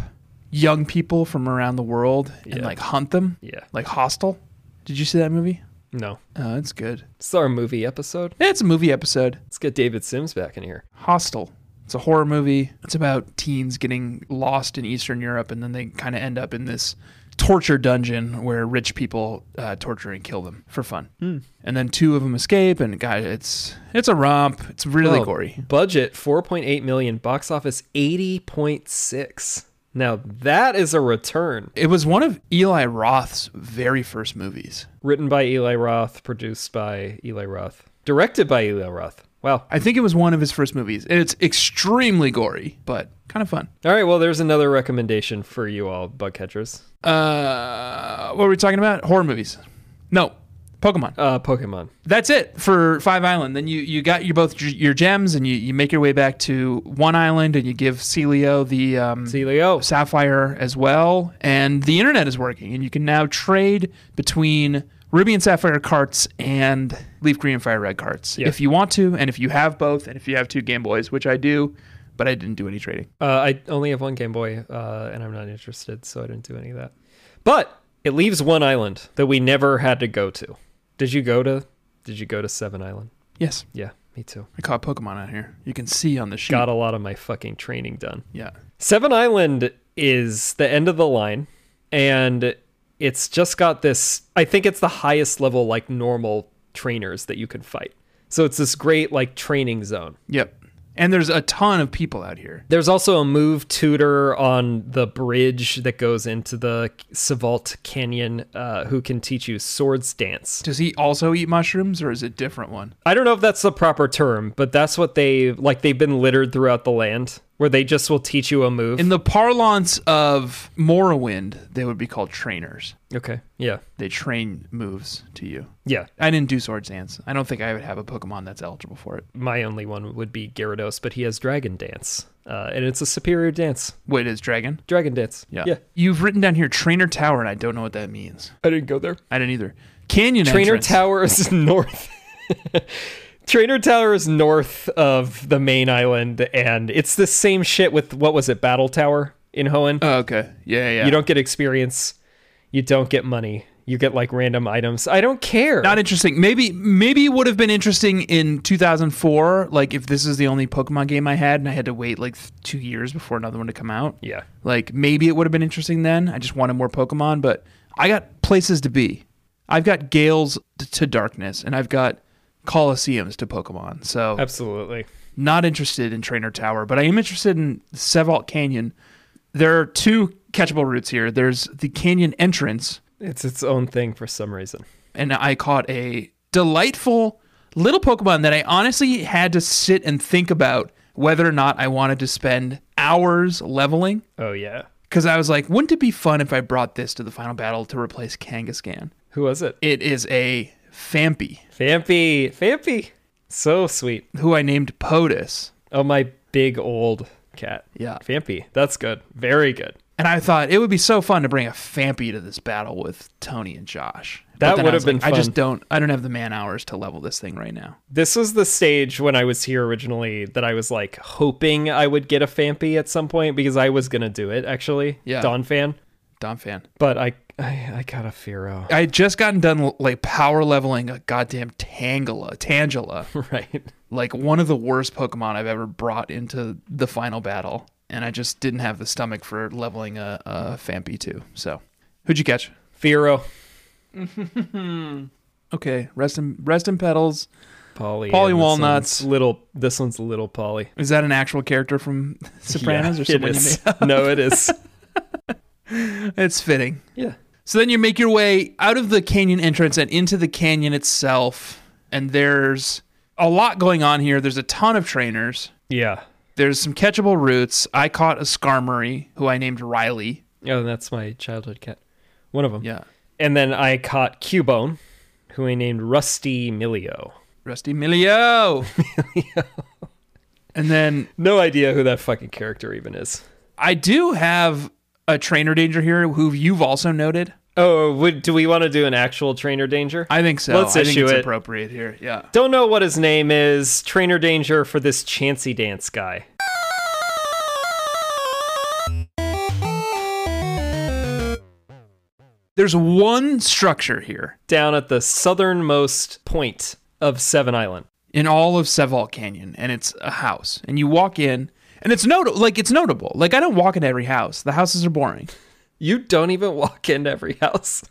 Speaker 1: young people from around the world and
Speaker 2: Yeah.
Speaker 1: like hunt them.
Speaker 2: Yeah.
Speaker 1: Like Hostel. Did you see that movie?
Speaker 2: no.
Speaker 1: Oh, it's good.
Speaker 2: It's our movie episode.
Speaker 1: Yeah, it's a movie episode.
Speaker 2: Let's get David Sims back in here.
Speaker 1: Hostel. It's a horror movie. It's about teens getting lost in Eastern Europe and then they kind of end up in this torture dungeon where rich people uh, torture and kill them for fun. And then two of them escape and guys, it's it's a romp. It's really
Speaker 2: Oh,
Speaker 1: gory.
Speaker 2: Budget 4.8 million, box office 80.6. Now that is a return.
Speaker 1: It was one of Eli Roth's very first movies.
Speaker 2: Written by Eli Roth, produced by Eli Roth, directed by Eli Roth. Wow.
Speaker 1: I think it was one of his first movies. And it's extremely gory, but kind of fun.
Speaker 2: All right, well there's another recommendation for you all bug catchers.
Speaker 1: Uh, what were we talking about? Horror movies. No, Pokemon.
Speaker 2: Uh Pokemon.
Speaker 1: that's it for Five Island. Then you, you got your both your- your gems, and you, you make your way back to One Island, and you give Celio the um,
Speaker 2: Celio.
Speaker 1: Sapphire as well, and the internet is working, and you can now trade between Ruby and Sapphire carts and Leaf Green and Fire Red carts
Speaker 2: Yeah.
Speaker 1: if you want to, and if you have both, and if you have two Game Boys, which I do, but I didn't do any trading.
Speaker 2: Uh, I only have one Game Boy, uh, and I'm not interested, so I didn't do any of that. But it leaves one island that we never had to go to. Did you go to did you go to Seven Island?
Speaker 1: Yes,
Speaker 2: Yeah, me too.
Speaker 1: I caught Pokemon out here. You can see on the sheet.
Speaker 2: Got a lot of my fucking training done.
Speaker 1: Yeah,
Speaker 2: Seven Island is the end of the line, and it's just got this. I think it's the highest level, like normal trainers that you can fight. So it's this great, like, training zone.
Speaker 1: yep. And there's a ton of people out here.
Speaker 2: There's also a move tutor on the bridge that goes into the Savalt Canyon uh, who can teach you swords dance.
Speaker 1: Does he also eat mushrooms, or is it a different one?
Speaker 2: I don't know if that's the proper term, but that's what they like. They've been littered throughout the land where they just will teach you a move.
Speaker 1: In the parlance of Morrowind, they would be called trainers.
Speaker 2: okay. Yeah.
Speaker 1: They train moves to you.
Speaker 2: Yeah.
Speaker 1: I didn't do Swords Dance. I don't think I would have a Pokemon that's eligible for it.
Speaker 2: my only one would be Gyarados, but he has Dragon Dance, uh, and it's a superior dance.
Speaker 1: Wait, is Dragon?
Speaker 2: Dragon Dance. yeah.
Speaker 1: You've written down here Trainer Tower, and I don't know what that means.
Speaker 2: I didn't go there.
Speaker 1: I didn't either. Canyon
Speaker 2: Trainer
Speaker 1: entrance.
Speaker 2: Tower is north. Trainer Tower is north of the main island, and it's the same shit with what was it, Battle Tower in Hoenn.
Speaker 1: Oh, okay. Yeah, yeah.
Speaker 2: You don't get experience, you don't get money, you get like random items. I don't care.
Speaker 1: Not interesting. Maybe maybe it would have been interesting in 2004, like if this is the only Pokemon game I had and I had to wait like th- two years before another one to come out.
Speaker 2: yeah.
Speaker 1: Like maybe it would have been interesting then. I just wanted more Pokemon, but I got places to be. I've got Gales t- to Darkness, and I've got Colosseums to Pokemon. So
Speaker 2: Absolutely.
Speaker 1: not interested in Trainer Tower, but I am interested in Sevalt Canyon. There are two catchable routes here. There's the canyon entrance,
Speaker 2: It's its own thing for some reason.
Speaker 1: and I caught a delightful little Pokemon that I honestly had to sit and think about whether or not I wanted to spend hours leveling.
Speaker 2: Oh yeah.
Speaker 1: Because I was like, wouldn't it be fun if I brought this to the final battle to replace Kangaskhan?
Speaker 2: Who was it?
Speaker 1: It is a Fampy,
Speaker 2: Fampy. Fampy. So sweet.
Speaker 1: who I named POTUS.
Speaker 2: Oh, my big old cat.
Speaker 1: Yeah.
Speaker 2: Fampy. That's good. Very good.
Speaker 1: And I thought it would be so fun to bring a Fampy to this battle with Tony and Josh. But
Speaker 2: That
Speaker 1: then I
Speaker 2: would
Speaker 1: was
Speaker 2: have been
Speaker 1: like, I just
Speaker 2: fun.
Speaker 1: don't. I don't have the man hours to level this thing right now.
Speaker 2: This was the stage when I was here originally that I was like hoping I would get a Fampy at some point because I was going to do it actually.
Speaker 1: Yeah.
Speaker 2: Dawn fan.
Speaker 1: Don fan.
Speaker 2: But I I, I got a Firo.
Speaker 1: I had just gotten done like power leveling a goddamn Tangela, Tangela,
Speaker 2: right.
Speaker 1: like one of the worst Pokemon I've ever brought into the final battle, and I just didn't have the stomach for leveling a, a Fampy too. So, who'd you catch?
Speaker 2: Firo.
Speaker 1: Okay, rest in rest in petals.
Speaker 2: Polly.
Speaker 1: Polly
Speaker 2: and this one's
Speaker 1: Walnuts.
Speaker 2: Little. This one's little Polly.
Speaker 1: Is that an actual character from Sopranos
Speaker 2: Yeah,
Speaker 1: or someone
Speaker 2: it
Speaker 1: you
Speaker 2: is. no, it is.
Speaker 1: made? It's fitting.
Speaker 2: yeah.
Speaker 1: So then you make your way out of the canyon entrance and into the canyon itself, and there's a lot going on here. There's a ton of trainers.
Speaker 2: Yeah.
Speaker 1: There's some catchable roots. I caught a Skarmory, who I named Riley.
Speaker 2: Oh, that's my childhood cat. One of them.
Speaker 1: Yeah.
Speaker 2: And then I caught Cubone, who I named Rusty Milio.
Speaker 1: Rusty Milio. and then
Speaker 2: No idea who that fucking character even is.
Speaker 1: I do have a trainer danger here who you've also noted.
Speaker 2: Oh, would, do we want to do an actual trainer danger?
Speaker 1: I think so.
Speaker 2: Let's
Speaker 1: I think
Speaker 2: issue
Speaker 1: it's
Speaker 2: it.
Speaker 1: appropriate here. Yeah.
Speaker 2: Don't know what his name is. Trainer danger for this Chancy Dance guy.
Speaker 1: There's one structure here
Speaker 2: Down at the southernmost point of Seven Island.
Speaker 1: in all of Seval Canyon, and it's a house. And you walk in, and it's not like it's notable. Like I don't walk into every house. The houses are boring.
Speaker 2: You don't even walk into every house.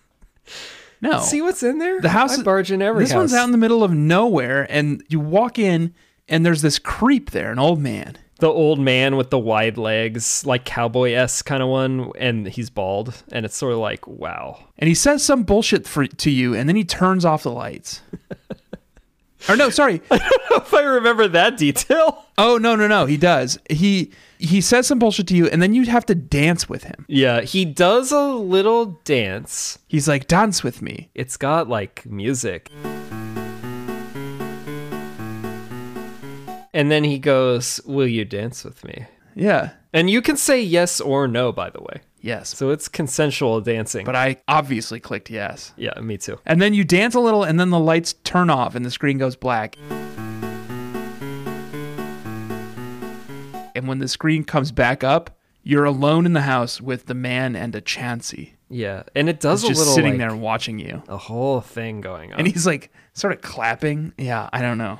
Speaker 1: No.
Speaker 2: See what's in there?
Speaker 1: The house
Speaker 2: I barge in every
Speaker 1: This
Speaker 2: house.
Speaker 1: one's out in the middle of nowhere, and you walk in, and there's this creep there, an old man.
Speaker 2: the old man with the wide legs, like cowboy s kind of one, and he's bald, and it's sort of like, wow.
Speaker 1: and he says some bullshit for, to you, and then he turns off the lights. or no, sorry.
Speaker 2: If I remember that detail,
Speaker 1: Oh no, no, no. He does. He he says some bullshit to you, and then you have to dance with him.
Speaker 2: yeah, he does a little dance.
Speaker 1: He's like, dance with me.
Speaker 2: It's got like music, and then he goes, "Will you dance with me?"
Speaker 1: Yeah.
Speaker 2: And you can say yes or no, by the way.
Speaker 1: Yes.
Speaker 2: So it's consensual dancing.
Speaker 1: But I obviously clicked yes.
Speaker 2: yeah, me too.
Speaker 1: And then you dance a little, and then the lights turn off, and the screen goes black. And when the screen comes back up, you're alone in the house with the man and a Chansey,
Speaker 2: Yeah, and it does a
Speaker 1: just
Speaker 2: little
Speaker 1: sitting
Speaker 2: like, uh,
Speaker 1: there and watching you.
Speaker 2: a whole thing going on.
Speaker 1: and he's like sort of clapping. Yeah, I don't know.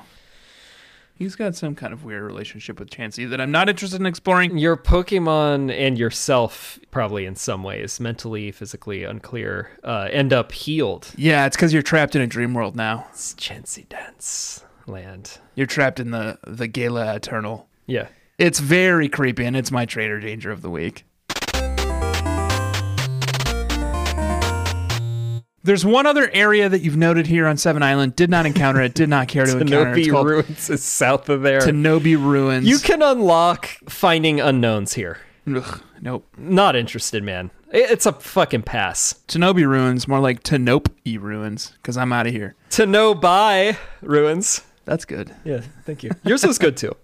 Speaker 1: He's got some kind of weird relationship with Chansey that I'm not interested in exploring.
Speaker 2: your Pokemon and yourself, probably in some ways, mentally, physically unclear, uh, end up healed.
Speaker 1: Yeah, it's because you're trapped in a dream world now.
Speaker 2: It's Chansey Dance Land.
Speaker 1: You're trapped in the the Gala Eternal.
Speaker 2: Yeah.
Speaker 1: It's very creepy, and it's my trader danger of the week. There's one other area that you've noted here on Seven Island. Did not encounter it. Did not care to encounter. it. It's
Speaker 2: Kenobi
Speaker 1: called
Speaker 2: Ruins is south of there.
Speaker 1: Tenobi Ruins.
Speaker 2: you can unlock finding unknowns here.
Speaker 1: Ugh, nope.
Speaker 2: Not interested, man. I- It's a fucking pass.
Speaker 1: Tenobi Ruins, more like Tenope Ruins, because I'm out of here.
Speaker 2: To no buy ruins.
Speaker 1: That's good.
Speaker 2: Yeah, thank you. Yours was good too.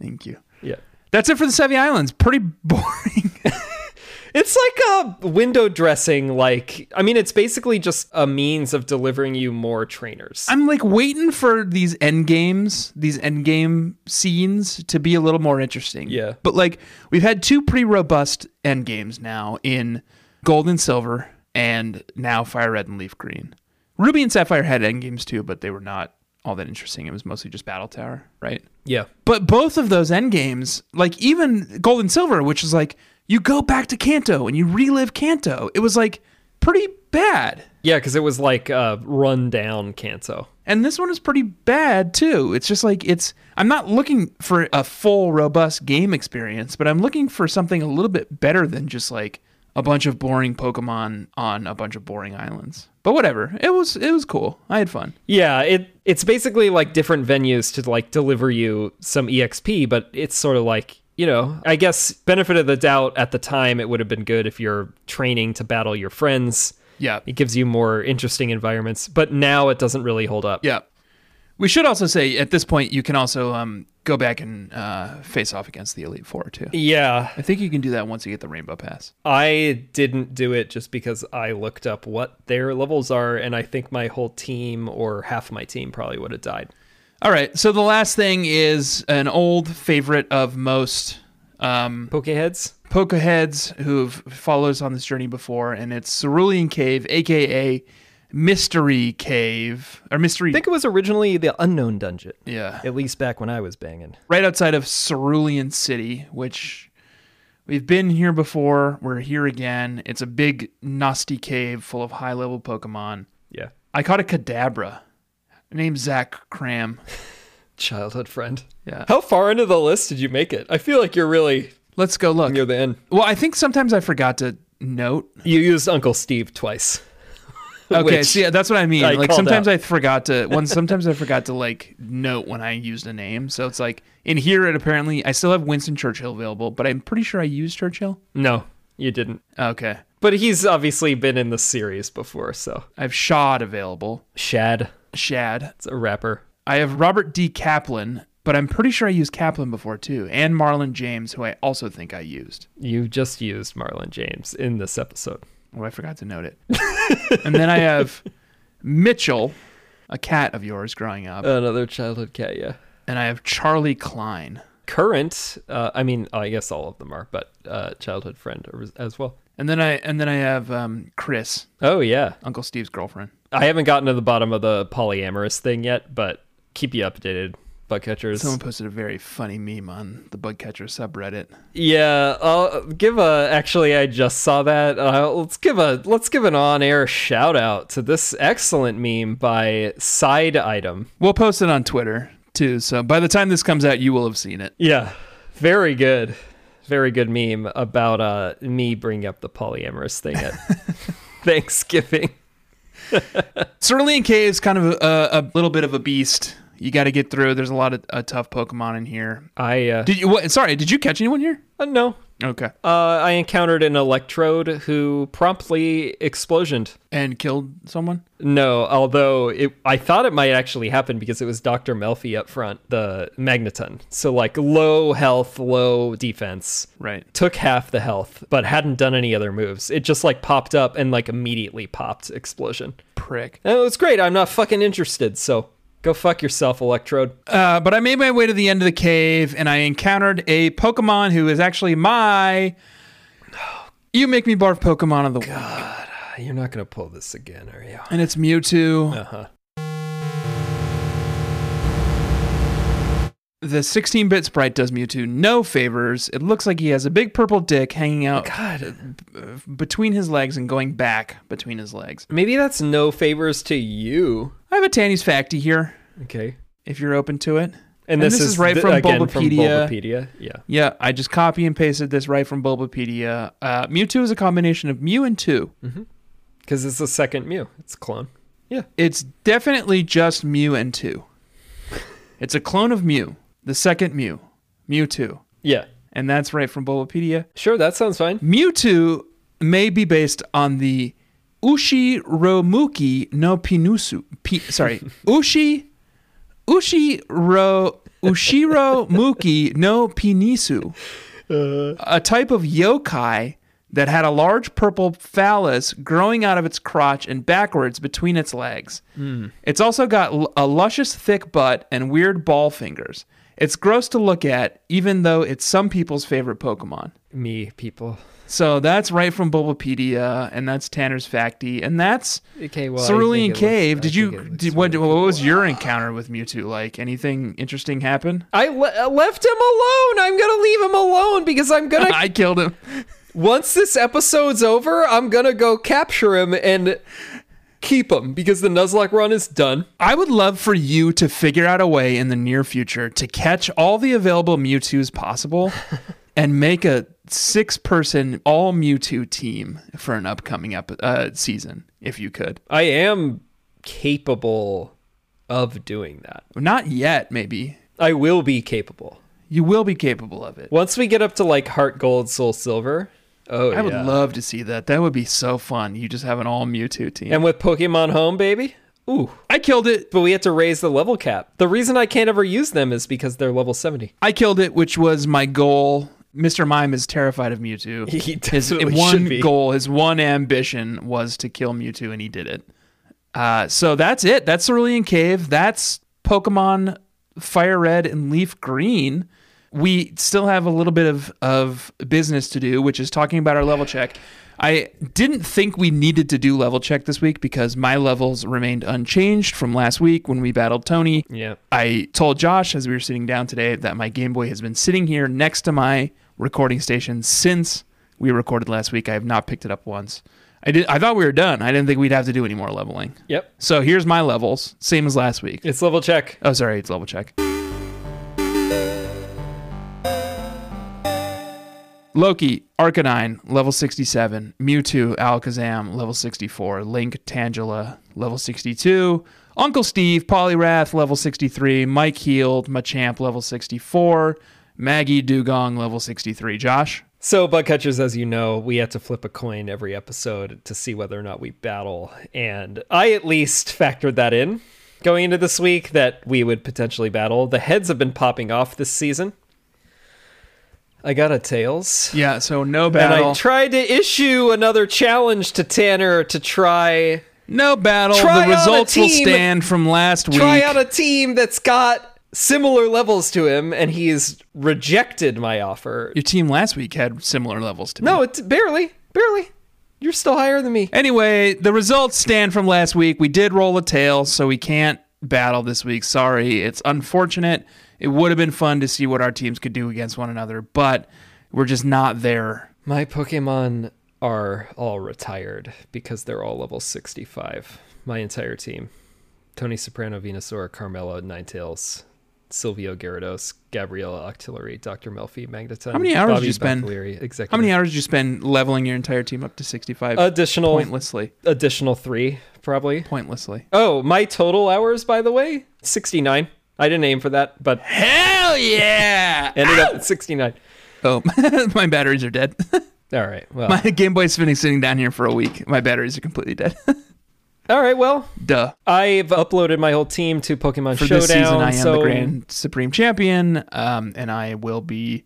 Speaker 1: Thank you.
Speaker 2: Yeah.
Speaker 1: That's it for the Sevi Islands. Pretty boring.
Speaker 2: It's like a window dressing, like, I mean, it's basically just a means of delivering you more trainers.
Speaker 1: I'm like waiting for these end games, these end game scenes to be a little more interesting.
Speaker 2: Yeah.
Speaker 1: But like we've had two pretty robust end games now in Gold and Silver and now Fire Red and Leaf Green. Ruby and Sapphire had end games too, but they were not all that interesting. It was mostly just Battle Tower, right?
Speaker 2: yeah.
Speaker 1: But both of those end games, like even Gold and Silver, which is like you go back to Kanto and you relive Kanto, it was like pretty bad.
Speaker 2: Yeah, because it was like uh, run down Kanto.
Speaker 1: And this one is pretty bad too. It's just like it's I'm not looking for a full robust game experience, but I'm looking for something a little bit better than just like a bunch of boring Pokemon on a bunch of boring islands. But whatever. It was it was cool. I had fun.
Speaker 2: Yeah, it it's basically like different venues to like deliver you some EXP, but it's sort of like you know, I guess benefit of the doubt at the time, it would have been good if you're training to battle your friends.
Speaker 1: Yeah.
Speaker 2: It gives you more interesting environments, but now it doesn't really hold up.
Speaker 1: Yeah. We should also say at this point you can also um, go back and uh, face off against the Elite Four too.
Speaker 2: Yeah,
Speaker 1: I think you can do that once you get the rainbow pass.
Speaker 2: I didn't do it just because I looked up what their levels are, and I think my whole team or half my team probably would have died.
Speaker 1: All right. So the last thing is an old favorite of most um,
Speaker 2: Pokeheads?
Speaker 1: Pokeheads who've followed us on this journey before, and it's Cerulean Cave, aka Mystery Cave or Mystery.
Speaker 2: I think it was originally the unknown dungeon.
Speaker 1: yeah,
Speaker 2: At least back when I was banging.
Speaker 1: right outside of Cerulean City, which we've been here before. We're here again. It's a big nasty cave full of high-level Pokemon.
Speaker 2: Yeah.
Speaker 1: I caught a Kadabra, named Zach Cram.
Speaker 2: Childhood friend.
Speaker 1: Yeah.
Speaker 2: How far into the list did you make it? I feel like you're really
Speaker 1: Let's go look.
Speaker 2: near the end.
Speaker 1: Well, I think sometimes I forgot to note.
Speaker 2: You used Uncle Steve twice.
Speaker 1: Okay,
Speaker 2: which-
Speaker 1: see, that's what I mean.
Speaker 2: I
Speaker 1: like
Speaker 2: called
Speaker 1: sometimes
Speaker 2: out.
Speaker 1: I forgot to one. Sometimes I forgot to like note when I used a name. So it's like in here, it apparently I still have Winston Churchill available, but I'm pretty sure I used Churchill.
Speaker 2: No, you didn't.
Speaker 1: Okay,
Speaker 2: But he's obviously been in the series before, so
Speaker 1: I have Shad available.
Speaker 2: Shad,
Speaker 1: Shad.
Speaker 2: it's a rapper.
Speaker 1: I have Robert D. Kaplan, but I'm pretty sure I used Kaplan before too, and Marlon James, who I also think I used.
Speaker 2: You just used Marlon James in this episode.
Speaker 1: Oh, I forgot to note it. and then I have Mitchell, a cat of yours growing up,
Speaker 2: Another childhood cat, yeah.
Speaker 1: and I have Charlie Klein.
Speaker 2: Current, uh, I mean, I guess all of them are, but uh, childhood friend or- as well.
Speaker 1: And then I and then I have um, Chris,
Speaker 2: Oh yeah,
Speaker 1: Uncle Steve's girlfriend.
Speaker 2: I haven't gotten to the bottom of the polyamorous thing yet, but keep you updated, bug catchers.
Speaker 1: Someone posted a very funny meme on the Bugcatcher subreddit.
Speaker 2: Yeah, I'll give a. Actually, I just saw that. Uh, let's give a. Let's give an on-air shout out to this excellent meme by Side Item.
Speaker 1: We'll post it on Twitter too. So by the time this comes out, you will have seen it.
Speaker 2: Yeah, very good, very good meme about uh me bringing up the polyamorous thing at Thanksgiving.
Speaker 1: Cerulean Cave is kind of a, a little bit of a beast. You got to get through. There's a lot of uh, tough Pokemon in here.
Speaker 2: I uh,
Speaker 1: Did you? What, sorry, did you catch anyone here?
Speaker 2: uh no.
Speaker 1: Okay,
Speaker 2: Uh, I encountered an electrode who promptly explosioned.
Speaker 1: and killed someone.
Speaker 2: No, although it, I thought it might actually happen because it was Dr. Melfi up front, the Magneton. So, like, low health, low defense.
Speaker 1: Right.
Speaker 2: Took half the health, but hadn't done any other moves. It just, like, popped up and, like, immediately popped explosion.
Speaker 1: Prick.
Speaker 2: And it was great. I'm not fucking interested. So, go fuck yourself, Electrode.
Speaker 1: Uh, but I made my way to the end of the cave, and I encountered a Pokemon who is actually my. You make me barf Pokemon of the week.
Speaker 2: Ah, You're not going to pull this again, are you?
Speaker 1: and it's Mewtwo. The 16 bit sprite does Mewtwo no favors. It looks like he has a big purple dick hanging out uh,
Speaker 2: God.
Speaker 1: between his legs and going back between his legs.
Speaker 2: Maybe that's no favors to you.
Speaker 1: I have a Tanny's Facty here,
Speaker 2: Okay.
Speaker 1: if you're open to it.
Speaker 2: And, this, is,
Speaker 1: right
Speaker 2: th-
Speaker 1: from
Speaker 2: again, From
Speaker 1: Bulbapedia.
Speaker 2: Bulbapedia. Yeah.
Speaker 1: Yeah, I just copy and pasted this right from Bulbapedia. Uh, Mewtwo is a combination of Mew and 2.
Speaker 2: Because it's the second Mew. It's a clone.
Speaker 1: It's definitely just Mew and 2. It's a clone of Mew, the second Mew, Mewtwo.
Speaker 2: Yeah.
Speaker 1: And that's right from Bulbapedia.
Speaker 2: Sure, that sounds fine.
Speaker 1: Mewtwo may be based on the Ushi Romuki no Pinusu. Pi, sorry, Ushi Ushi Ro Ushiro Muki no Pinisu, a type of yokai that had a large purple phallus growing out of its crotch and backwards between its legs. It's also got l- a luscious thick butt and weird ball fingers. It's gross to look at, even though it's some people's favorite Pokemon.
Speaker 2: Me, people.
Speaker 1: So that's right from Bulbapedia, and that's Tanner's Facty, and that's
Speaker 2: Okay, well, I
Speaker 1: Cerulean
Speaker 2: think it looks-
Speaker 1: Cave.
Speaker 2: I
Speaker 1: did
Speaker 2: think it
Speaker 1: you?
Speaker 2: looks
Speaker 1: Did, what,
Speaker 2: really
Speaker 1: what was your encounter with Mewtwo like? Anything interesting happen?
Speaker 2: I le- I left him alone. I'm gonna leave him alone because I'm gonna.
Speaker 1: I killed him.
Speaker 2: once this episode's over, I'm gonna go capture him and keep him because the Nuzlocke run is done.
Speaker 1: I would love for you to figure out a way in the near future to catch all the available Mewtwo's possible, and make a six-person all Mewtwo team for an upcoming ep- uh, season, if you could.
Speaker 2: I am capable of doing that.
Speaker 1: Not yet, maybe.
Speaker 2: I will be capable
Speaker 1: You will be capable of it.
Speaker 2: once we get up to like Heart Gold, Soul Silver. Oh,
Speaker 1: I would
Speaker 2: yeah.
Speaker 1: love to see that. That would be so fun. You just have an all Mewtwo team.
Speaker 2: And with Pokemon Home, baby. Ooh.
Speaker 1: I killed it.
Speaker 2: But we had to raise the level cap. The reason I can't ever use them is because they're level 70.
Speaker 1: I killed it, which was my goal. Mr. Mime is terrified of Mewtwo.
Speaker 2: He
Speaker 1: his
Speaker 2: definitely
Speaker 1: one
Speaker 2: should be.
Speaker 1: goal, his one ambition was to kill Mewtwo, and he did it. Uh, so that's it. That's Cerulean Cave. That's Pokemon Fire Red and Leaf Green. We still have a little bit of, of business to do, which is talking about our level check. I didn't think we needed to do level check this week because my levels remained unchanged from last week when we battled Tony.
Speaker 2: Yeah.
Speaker 1: I told Josh as we were sitting down today that my Game Boy has been sitting here next to my recording station since we recorded last week. I have not picked it up once. I did. I thought we were done. I didn't think we'd have to do any more leveling.
Speaker 2: Yep.
Speaker 1: So here's my levels, same as last week.
Speaker 2: It's level check.
Speaker 1: Oh, sorry, it's level check. Loki, Arcanine, level 67. Mewtwo, Alakazam, level 64. Link, Tangela, level 62. Uncle Steve, Polyrath, level 63. Mike Healed, Machamp, level 64. Maggie, Dugong, level 63. Josh?
Speaker 2: So, bug catchers, as you know, we had to flip a coin every episode to see whether or not we battle. And I at least factored that in going into this week that we would potentially battle. The heads have been popping off this season. I got a tails.
Speaker 1: Yeah, so no
Speaker 2: And
Speaker 1: battle.
Speaker 2: I tried to issue another challenge to Tanner to try
Speaker 1: no battle.
Speaker 2: Try
Speaker 1: the
Speaker 2: on a
Speaker 1: results will
Speaker 2: team.
Speaker 1: stand from last week.
Speaker 2: try out a team that's got similar levels to him, and he's rejected my offer.
Speaker 1: Your team last week had similar levels to me.
Speaker 2: No, it's barely, barely. You're still higher than me.
Speaker 1: Anyway, the results stand from last week. We did roll a tail, so we can't battle this week. Sorry. It's unfortunate. It would have been fun to see what our teams could do against one another, but we're just not there.
Speaker 2: My Pokemon are all retired because they're all level 65. My entire team Tony Soprano, Venusaur, Carmelo, Ninetails, Silvio Gyarados, Gabriella Octillery, Dr. Melfi, Magneton. How
Speaker 1: many hours did
Speaker 2: Bobby
Speaker 1: you spend?
Speaker 2: Bacalieri, Executive.
Speaker 1: How many hours did you spend leveling your entire team up to 65?
Speaker 2: Additional,
Speaker 1: pointlessly.
Speaker 2: additional three, probably.
Speaker 1: Pointlessly.
Speaker 2: Oh, my total hours, by the way, 69. I didn't aim for that, but
Speaker 1: Hell yeah!
Speaker 2: ended up at 69.
Speaker 1: oh, my batteries are dead.
Speaker 2: All right. Well,
Speaker 1: my Game Boy's been sitting down here for a week. My batteries are completely dead.
Speaker 2: all right. Well,
Speaker 1: Duh.
Speaker 2: I've uploaded my whole team to Pokemon
Speaker 1: for
Speaker 2: Showdown.
Speaker 1: this season i am
Speaker 2: so
Speaker 1: the grand supreme champion um, and i will be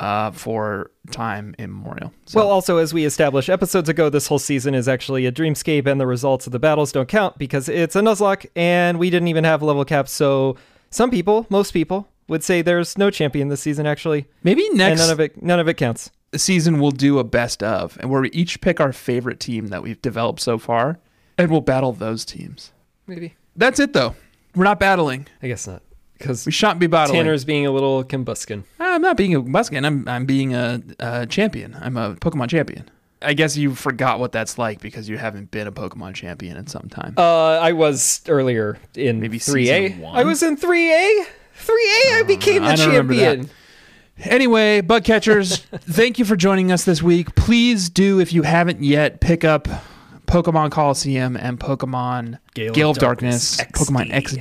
Speaker 1: uh, for time immemorial so,
Speaker 2: Well, also, as we established episodes ago, this whole season is actually a dreamscape, and the results of the battles don't count because it's a Nuzlocke, and we didn't even have level caps. So, some people, most people, would say there's no champion this season, actually,
Speaker 1: maybe
Speaker 2: and
Speaker 1: next
Speaker 2: none of it, none of it counts.
Speaker 1: season we'll do a best of and where we each pick our favorite team that we've developed so far and we'll battle those teams
Speaker 2: Maybe.
Speaker 1: that's it though we're not battling
Speaker 2: I guess not, because
Speaker 1: we shan't be battling Ah,
Speaker 2: Tanner's being a little combuskin.
Speaker 1: i'm not being a muskin i'm, I'm being a, a champion i'm a pokemon champion I guess you forgot what that's like because you haven't been a Pokemon champion in some time.
Speaker 2: Uh, I was earlier in
Speaker 1: Maybe
Speaker 2: 3A.
Speaker 1: season one? Oh,
Speaker 2: I was in 3A. 3A, I became the
Speaker 1: I don't remember that.
Speaker 2: champion.
Speaker 1: Anyway, bug catchers, thank you for joining us this week. Please do, if you haven't yet, pick up Pokemon Coliseum and Pokemon
Speaker 2: Gale of Darkness
Speaker 1: Pokemon
Speaker 2: XD.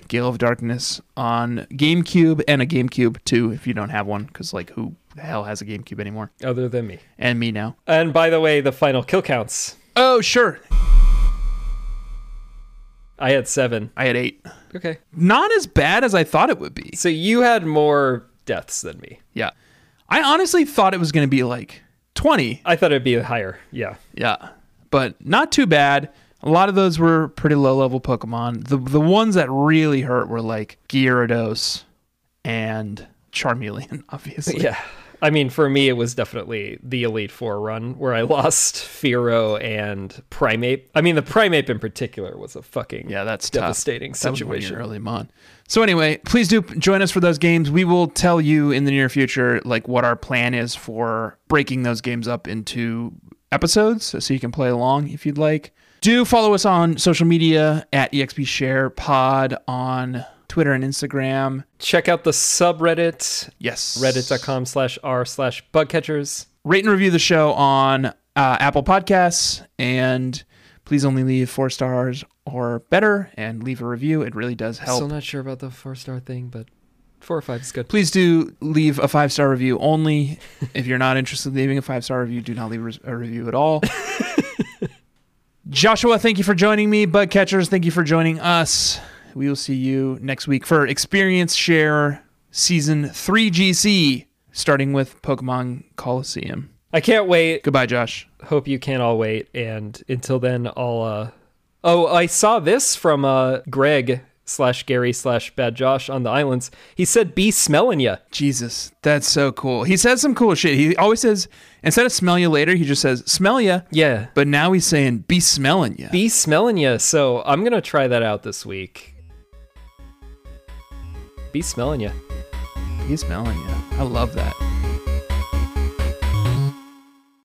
Speaker 1: XD, Gale of Darkness on GameCube and a GameCube too, if you don't have one, because like who the hell has a GameCube anymore?
Speaker 2: Other than me.
Speaker 1: And me now.
Speaker 2: And by the way, the final kill counts.
Speaker 1: Oh sure,
Speaker 2: I had seven.
Speaker 1: I had eight.
Speaker 2: Okay.
Speaker 1: Not as bad as I thought it would be.
Speaker 2: So you had more deaths than me.
Speaker 1: Yeah, I honestly thought it was going to be like twenty.
Speaker 2: I thought it'd be higher. Yeah.
Speaker 1: Yeah, but not too bad. A lot of those were pretty low level Pokemon. The the ones that really hurt were like Gyarados and Charmeleon, obviously.
Speaker 2: Yeah. I mean, for me, it was definitely the Elite Four run where I lost Firo and Primate. I mean, the Primate in particular was a fucking
Speaker 1: Yeah, that's tough.
Speaker 2: devastating
Speaker 1: That was when you were
Speaker 2: situation.
Speaker 1: early mon. So anyway, please do p- join us for those games. We will tell you in the near future like what our plan is for breaking those games up into episodes so you can play along if you'd like. Do follow us on social media at EXP Share Pod on Twitter and Instagram.
Speaker 2: Check out the subreddit
Speaker 1: Yes.
Speaker 2: reddit.com slash r slash bugcatchers.
Speaker 1: rate and review the show on uh, Apple Podcasts, and please only leave four stars or better, and leave a review. It really does help.
Speaker 2: Still not sure about the four star thing, but four or five is good.
Speaker 1: please do leave a five star review only. if you're not interested in leaving a five star review, do not leave res- a review at all. Joshua, thank you for joining me. Bug Catchers, thank you for joining us. We will see you next week for Experience Share Season 3 GC, starting with Pokemon Coliseum.
Speaker 2: I can't wait.
Speaker 1: Goodbye, Josh.
Speaker 2: Hope you can't all wait. And until then, I'll. Uh... Oh, I saw this from uh, Greg slash Gary slash Bad Josh on the islands. He said, "Be smelling ya."
Speaker 1: Jesus, that's so cool. He says some cool shit. He always says instead of smell you later, he just says smell ya.
Speaker 2: Yeah,
Speaker 1: But now he's saying be smelling ya.
Speaker 2: be smelling ya. So I'm gonna try that out this week. Be smelling ya.
Speaker 1: Be smelling ya. I love that.